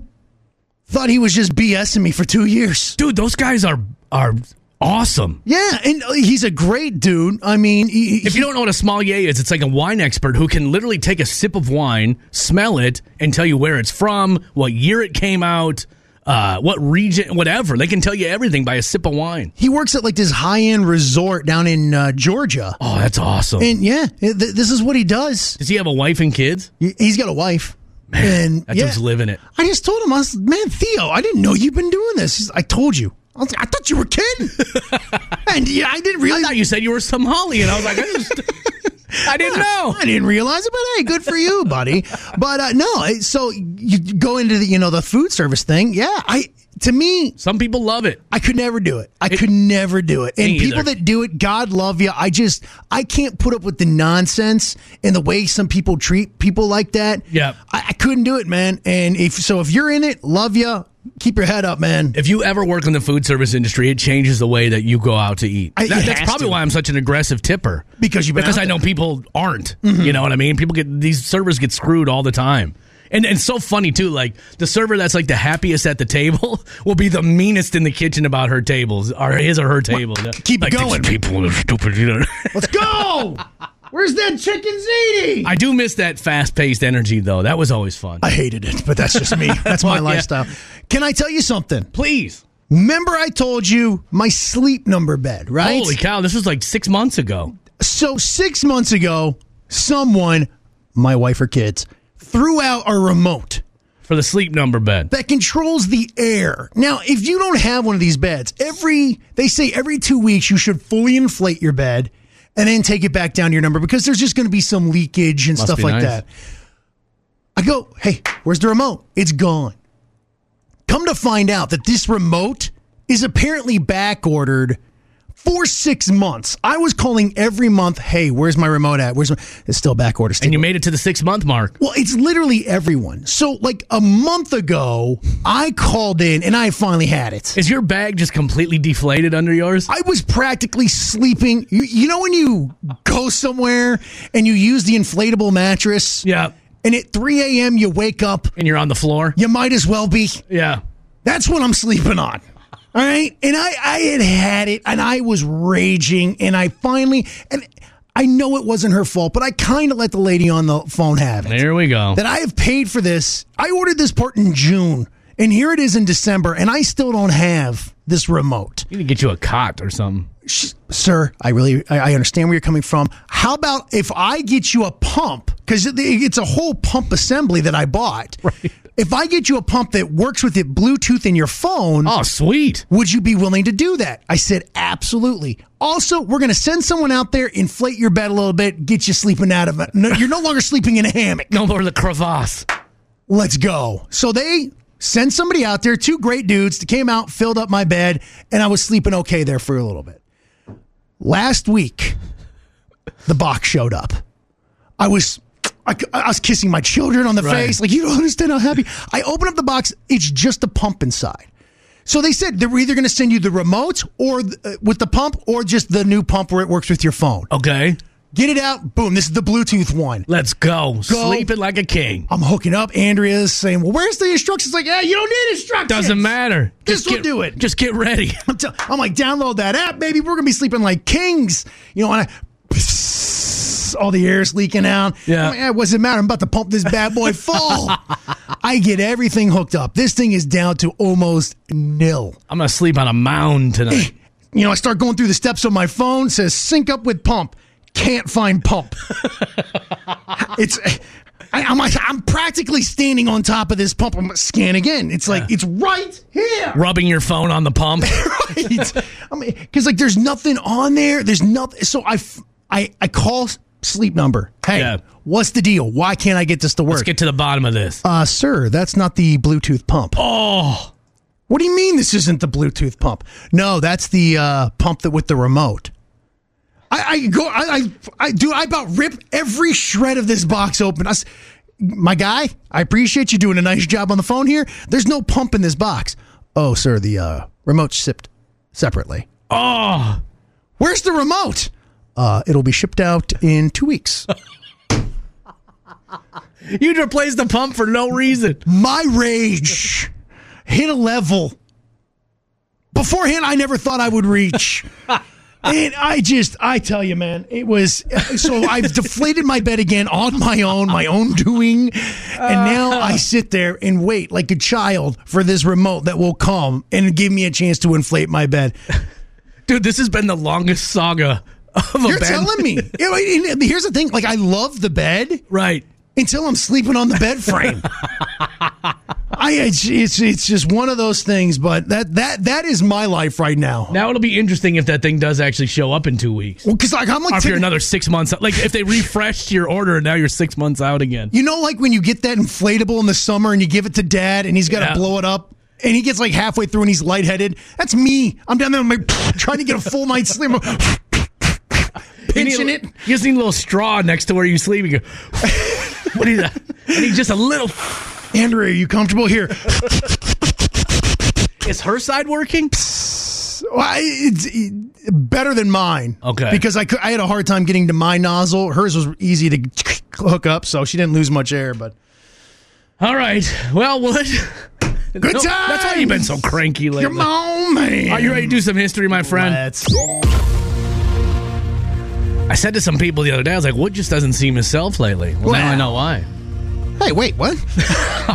Speaker 2: thought he was just BSing me for two years.
Speaker 1: dude those guys are are awesome
Speaker 2: Yeah, and uh, he's a great dude. I mean, he,
Speaker 1: if you don't know what a sommelier is it's like a wine expert who can literally take a sip of wine smell it and tell you where it's from what year it came out uh, what region whatever they can tell you everything by a sip of wine
Speaker 2: he works at like this high end resort down in uh, Georgia.
Speaker 1: oh that's awesome
Speaker 2: And yeah, th- this is what he does.
Speaker 1: does he have a wife and kids
Speaker 2: He- He's got a wife. and
Speaker 1: that
Speaker 2: yeah,
Speaker 1: dude's living it
Speaker 2: I just told him, I was, man, Theo, I didn't know you've been doing this. He's- I told you. I, was like, I thought you were kidding. and yeah, I didn't realize.
Speaker 1: I thought Ah, you said you were some Holly, and I was like, I just. I didn't know.
Speaker 2: I didn't realize it, but hey, good for you, buddy. But uh, no, it- so you go into the you know the food service thing. Yeah, I to me,
Speaker 1: some people love it.
Speaker 2: I could never do it. I could never do it. And
Speaker 1: Me
Speaker 2: people
Speaker 1: either.
Speaker 2: that do it, God love you. I just I can't put up with the nonsense and the way some people treat people like that.
Speaker 1: Yep.
Speaker 2: I, I couldn't do it, man. And if so, if you're in it, love you. Keep your head up, man.
Speaker 1: If you ever work in the food service industry, it changes the way that you go out to eat.
Speaker 2: I-
Speaker 1: That-
Speaker 2: it
Speaker 1: that's
Speaker 2: has
Speaker 1: probably
Speaker 2: to.
Speaker 1: why I'm such an aggressive tipper.
Speaker 2: Because you've been
Speaker 1: because
Speaker 2: out
Speaker 1: I know
Speaker 2: there. Mm-hmm.
Speaker 1: people aren't. You know what I mean? People get these servers get screwed all the time. And, and so funny too, like the server that's like the happiest at the table will be the meanest in the kitchen about her tables or his or her table.
Speaker 2: keep
Speaker 1: like,
Speaker 2: going.
Speaker 1: These people are stupid. You know?
Speaker 2: Let's go. Where's that chicken ziti?
Speaker 1: I do miss that fast paced energy though. That was always fun.
Speaker 2: I hated it, but that's just me. That's my
Speaker 1: Yeah.
Speaker 2: lifestyle. Can I tell you something?
Speaker 1: Please.
Speaker 2: Remember, I told you my sleep number bed, right?
Speaker 1: Holy cow! This was like six months ago.
Speaker 2: So six months ago, someone, my wife or kids, threw out a remote
Speaker 1: for the sleep number bed.
Speaker 2: that controls the air. Now, if you don't have one of these beds, every they say every two weeks you should fully inflate your bed and then take it back down to your number because there's just going to be some leakage and
Speaker 1: Must
Speaker 2: stuff
Speaker 1: be
Speaker 2: like
Speaker 1: nice.
Speaker 2: that. I go, hey, where's the remote? It's gone. Come to find out that this remote is apparently back ordered for six months. I was calling every month, hey, where's my remote at? Where's my it's still back ordered.
Speaker 1: And you made it to the six month mark.
Speaker 2: Well, it's literally everyone. So, like a month ago, I called in and I finally had it.
Speaker 1: Is your bag just completely deflated under yours?
Speaker 2: I was practically sleeping. You, you know, when you go somewhere and you use the inflatable mattress?
Speaker 1: Yeah.
Speaker 2: And at 3 a.m., you wake up,
Speaker 1: And you're on the floor?
Speaker 2: you might as well be.
Speaker 1: Yeah.
Speaker 2: That's what I'm sleeping on. All right. And I, I had had it and I was raging and I finally, and I know it wasn't her fault, but I kind of let the lady on the phone have it.
Speaker 1: There we go.
Speaker 2: that I have paid for this. I ordered this part in June, and here it is in December, and I still don't have this remote.
Speaker 1: You need to get you a cot or something.
Speaker 2: Sh- Sir, I really I I understand where you're coming from. How about if I get you a pump because it's a whole pump assembly that I bought. If I get you a pump that works with it Bluetooth in your phone,
Speaker 1: Oh, sweet.
Speaker 2: would you be willing to do that? I said, absolutely. Also, we're going to send someone out there, inflate your bed a little bit, get you sleeping out of it. No, you're no longer sleeping in a hammock.
Speaker 1: No more the crevasse.
Speaker 2: let's go. So they sent somebody out there, two great dudes that came out, filled up my bed, and I was sleeping okay there for a little bit. Last week, the box showed up. I was. I, I was kissing my children on the
Speaker 1: Right.
Speaker 2: face. Like, you don't understand how happy. I open up the box. It's just a pump inside. So they said they were either going to send you the remote or th- uh, with the pump or just the new pump where it works with your phone.
Speaker 1: Okay.
Speaker 2: Get it out. Boom. This is the Bluetooth one.
Speaker 1: Let's go.
Speaker 2: Go.
Speaker 1: Sleeping like a king.
Speaker 2: I'm hooking up. Andrea's saying, "Well, where's the instructions?" Like, yeah, you don't need instructions.
Speaker 1: Doesn't matter.
Speaker 2: This will
Speaker 1: get-
Speaker 2: do it.
Speaker 1: Just get ready.
Speaker 2: I'm, tell- I'm like, download that app, baby. We're gonna be sleeping like kings. You know, and I, all the air's leaking out.
Speaker 1: Yeah.
Speaker 2: I'm like, eh, what's it matter? I'm about to pump this bad boy full. I get everything hooked up. This thing is down to almost nil.
Speaker 1: I'm going to sleep on a mound tonight.
Speaker 2: You know, I start going through the steps on my phone. Says sync up with pump. Can't find pump. it's. I, I'm like, I'm practically standing on top of this pump. I'm scan again. It's like it's right here.
Speaker 1: Rubbing your phone on the pump.
Speaker 2: Right. I mean, because like there's nothing on there. There's nothing. So I, f- I, I call s- sleep number. Hey,
Speaker 1: Yeah.
Speaker 2: what's the deal? Why can't I get this to
Speaker 1: Let's
Speaker 2: work?
Speaker 1: get to the bottom of this.
Speaker 2: uh, sir, that's not the Bluetooth pump.
Speaker 1: Oh,
Speaker 2: What do you mean this isn't the Bluetooth pump? No, that's the uh, pump that with the remote. I, I go, I, I, I, dude, I about rip every shred of this box open. I s my guy, I appreciate you doing a nice job on the phone here. There's no pump in this box. Oh, sir, the uh, remote shipped separately.
Speaker 1: oh.
Speaker 2: Where's the remote? Uh, it'll be shipped out in two weeks.
Speaker 1: You'd replace the pump for no reason.
Speaker 2: My rage hit a level. Beforehand, I never thought I would reach. And I just, I tell you, man, it was so I've deflated my bed again on my own, my own doing. And now I sit there and wait like a child for this remote that will come and give me a chance to inflate my bed.
Speaker 1: Dude, this has been the longest saga of a
Speaker 2: You're
Speaker 1: bed.
Speaker 2: telling me. You know, and- and Here's the thing like, I love the bed.
Speaker 1: Right.
Speaker 2: until I'm sleeping on the bed frame. I I it's, it's it's just one of those things, but that that that is my life right now.
Speaker 1: Now it'll be interesting if that thing does actually show up in two weeks.
Speaker 2: Well, because like I'm like
Speaker 1: Or if you're
Speaker 2: taking-
Speaker 1: another six months, out- like if they refreshed your order and now you're six months out again.
Speaker 2: You know, like when you get that inflatable in the summer and you give it to dad and he's got to
Speaker 1: Yeah.
Speaker 2: blow it up and he gets like halfway through and he's lightheaded. That's me. I'm down there I'm like, trying to get a full night's sleep. I'm like,
Speaker 1: pinching it. You just need a little straw next to where you sleep. You go, what is that? I need just a little.
Speaker 2: Andrew, are you comfortable here?
Speaker 1: Is her side working?
Speaker 2: Well, I- it's it- better than mine.
Speaker 1: Okay.
Speaker 2: Because I, cou- I had a hard time getting to my nozzle. Hers was easy to hook up, so she didn't lose much air. But
Speaker 1: All right. Well, Wood. Good
Speaker 2: times.
Speaker 1: That's why you've been so cranky lately.
Speaker 2: Come on, man.
Speaker 1: Are you ready to do some history, my friend? I said to some people the other day, I was like, Wood just doesn't seem himself lately. Well, now I know why.
Speaker 2: Hey, wait, what?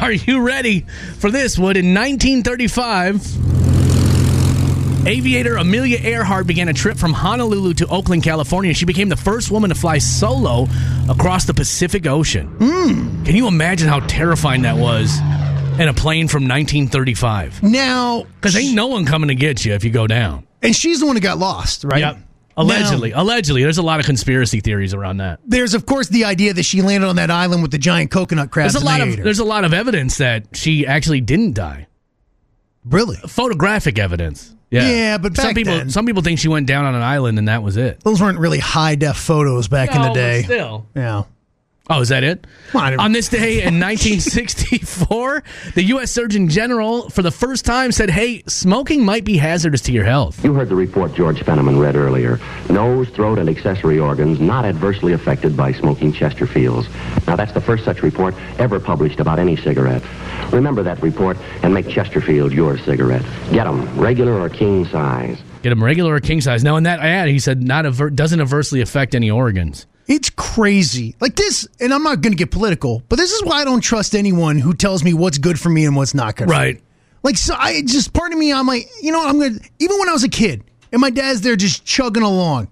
Speaker 1: Are you ready for this, Wood? In 1935, aviator Amelia Earhart began a trip from Honolulu to Oakland, California. She became the first woman to fly solo across the Pacific Ocean.
Speaker 2: Hmm.
Speaker 1: Can you imagine how terrifying that was in a plane from 1935?
Speaker 2: now,
Speaker 1: Because ain't no one coming to get you if you go down.
Speaker 2: and she's the one who got lost, right?
Speaker 1: Yep. Allegedly, allegedly, there's a lot of conspiracy theories around that.
Speaker 2: There's of course the idea that she landed on that island with the giant coconut crabs.
Speaker 1: There's a
Speaker 2: and
Speaker 1: lot of
Speaker 2: they ate her.
Speaker 1: there's a lot of evidence that she actually didn't die.
Speaker 2: Really?
Speaker 1: Photographic evidence. Yeah.
Speaker 2: Yeah, but
Speaker 1: some
Speaker 2: back
Speaker 1: people
Speaker 2: then-
Speaker 1: some people think she went down on an island and that was it.
Speaker 2: Those weren't really high def photos back in
Speaker 1: No,
Speaker 2: the
Speaker 1: but
Speaker 2: day.
Speaker 1: still.
Speaker 2: Yeah.
Speaker 1: Oh, is that it?
Speaker 2: Well, I don't-
Speaker 1: On this day in 1964, the U.S. Surgeon General, for the first time, said, "Hey, smoking might be hazardous to your health."
Speaker 14: You heard the report George Fenneman read earlier. Nose, throat, and accessory organs not adversely affected by smoking Chesterfields. Now, that's the first such report ever published about any cigarette. Remember that report and make Chesterfield your cigarette. Get 'em, regular or king size.
Speaker 1: Get him regular or king size. Now, in that ad, he said, "Not aver- doesn't adversely affect any organs."
Speaker 2: It's crazy. Like this, and I'm not going to get political, but this is why I don't trust anyone who tells me what's good for me and what's not good. For
Speaker 1: Right.
Speaker 2: me. Like, so I just, part of me, I'm like, you know, I'm going to, even when I was a kid and my dad's there just chugging along,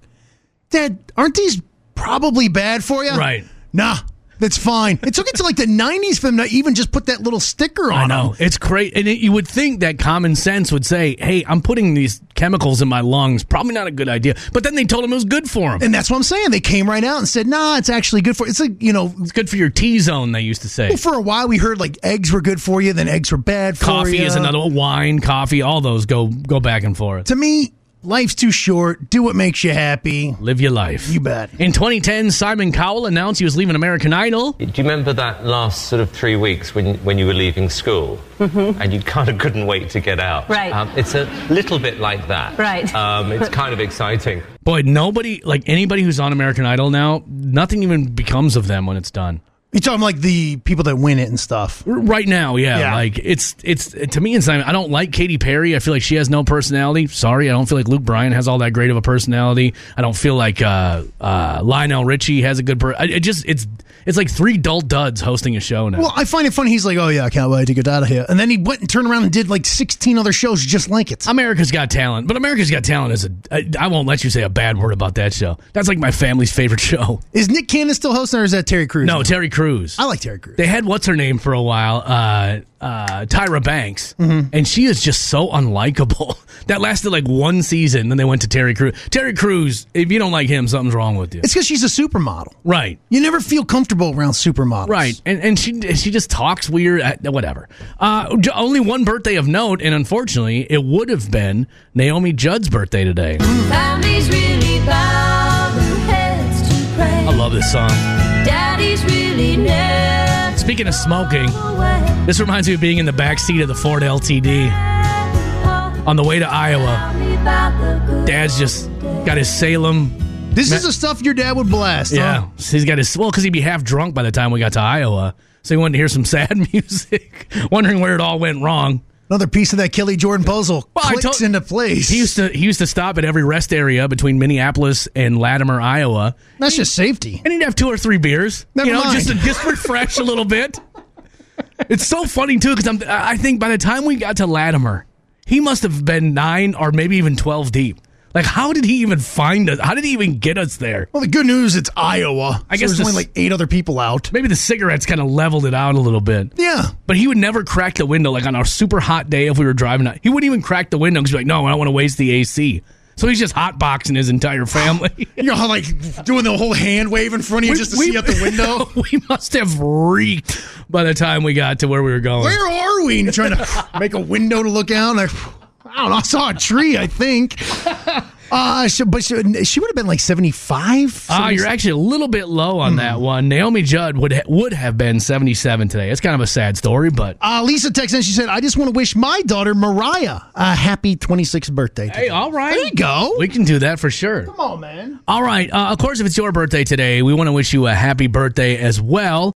Speaker 2: Dad, aren't these probably bad for you?
Speaker 1: Right.
Speaker 2: Nah, that's fine. It took it to like the 90s for them to even just put that little sticker on
Speaker 1: I know
Speaker 2: 'em.
Speaker 1: Um, it's crazy, and it, you would think that common sense would say, "Hey, I'm putting these chemicals in my lungs. Probably not a good idea." But then they told him it was good for him.
Speaker 2: And that's what I'm saying. They came right out and said, nah, it's actually good for, it's like, you know,
Speaker 1: It's good for your T zone. They used to say
Speaker 2: Well, for a while, we heard like eggs were good for you, then eggs were bad for you.
Speaker 1: coffee is another one. Wine, coffee, all those go go back and forth.
Speaker 2: To me, life's too short. Do what makes you happy.
Speaker 1: Live your life.
Speaker 2: You bet.
Speaker 1: In 2010, Simon Cowell announced he was leaving American Idol.
Speaker 15: Do you remember that last sort of three weeks when, when you were leaving school and you kind of couldn't wait to get out?
Speaker 16: Mm-hmm. Right.
Speaker 15: Um, it's a little bit like that.
Speaker 9: uh,
Speaker 16: Right.
Speaker 15: Um, it's kind of exciting.
Speaker 1: Boy, nobody like anybody who's on American Idol now. Nothing even becomes of them when it's done.
Speaker 2: You're talking like the people that win it and stuff.
Speaker 1: R- Right now, yeah,
Speaker 2: Yeah.
Speaker 1: like it's it's to me it's not, I don't like Katy Perry. I feel like she has no personality. Sorry, I don't feel like Luke Bryan has all that great of a personality. I don't feel like uh, uh, Lionel Richie has a good. Per- I, it just it's it's like three dull duds hosting a show now.
Speaker 2: Well, I find it funny. He's like, oh, yeah, I can't wait to get out of here. And then he went and turned around and did like 16 other shows just like it.
Speaker 1: America's Got Talent, but America's Got Talent is a. I, I won't let you say a bad word about that show. That's like my family's favorite show.
Speaker 2: Is Nick Cannon still hosting or is that Terry Crews?
Speaker 1: No, Terry Crews.
Speaker 2: I like Terry Crews.
Speaker 1: They had what's her name for a while, uh, uh, Tyra Banks, and she is just so unlikable. That lasted like one season. Then they went to Terry Crews. Terry Crews, if you don't like him, something's wrong with you.
Speaker 2: It's because she's a supermodel.
Speaker 1: Right,
Speaker 2: You never feel comfortable around supermodels.
Speaker 1: right, and and she she just talks weird. uh, Whatever. Uh, j- only one birthday of note, and unfortunately, it would have been Naomi Judd's birthday today.
Speaker 17: Families really bow their heads to pray.
Speaker 1: I love this song.
Speaker 17: Daddies really never
Speaker 1: Speaking of smoking, this reminds me of being in the back seat of the Ford LTD on the way to Iowa.
Speaker 17: about the good.
Speaker 1: Dad's just got his Salem.
Speaker 2: This is the stuff your dad would blast. huh?
Speaker 1: Yeah, so he's got his well because he'd be half drunk by the time we got to Iowa, so he wanted to hear some sad music, wondering where it all went wrong.
Speaker 2: Another piece of that Kelly Jordan puzzle clicks into place.
Speaker 1: He used to he used to stop at every rest area between Minneapolis and Latimer, Iowa,
Speaker 2: That's just safety.
Speaker 1: and he'd have two or three beers,
Speaker 2: Never
Speaker 1: you know,
Speaker 2: mind.
Speaker 1: just to just refresh a little bit. It's so funny too because I'm I think by the time we got to Latimer, he must have been nine or maybe even twelve deep. Like, how did he even find us? How did he even get us there?
Speaker 2: Well, the good news, it's Iowa.
Speaker 1: I
Speaker 2: So
Speaker 1: guess
Speaker 2: there's
Speaker 1: the
Speaker 2: only
Speaker 1: s-
Speaker 2: like eight other people out.
Speaker 1: Maybe the cigarettes kind of leveled it out a little bit.
Speaker 2: Yeah.
Speaker 1: But he would never crack the window. Like on our super hot day, if we were driving, out, he wouldn't even crack the window because he'd be like, no, I don't want to waste the AC. So he's just hotboxing his entire family.
Speaker 2: You know how like doing the whole hand wave in front of you
Speaker 1: We-
Speaker 2: just to
Speaker 1: we- Oh,
Speaker 2: see out the window?
Speaker 1: we must have reeked by the time we got to where we were going.
Speaker 2: Where are we? And you're trying to make a window to look out. I, I don't know. I saw a tree, I think. Uh, she, but she, she would have been like 75.
Speaker 1: Ah, you're actually a little bit low on
Speaker 2: Hmm.
Speaker 1: that one. Naomi Judd would ha- would have been 77 today. It's kind of a sad story, but
Speaker 2: Uh, Lisa texts in. She said, I just want to wish my daughter, Mariah, a happy 26th birthday.
Speaker 1: hey, all right, there you
Speaker 2: go.
Speaker 1: We can do that for sure.
Speaker 2: Come on, man.
Speaker 1: All right. Uh, of course, if it's your birthday today, we want to wish you a happy birthday as well.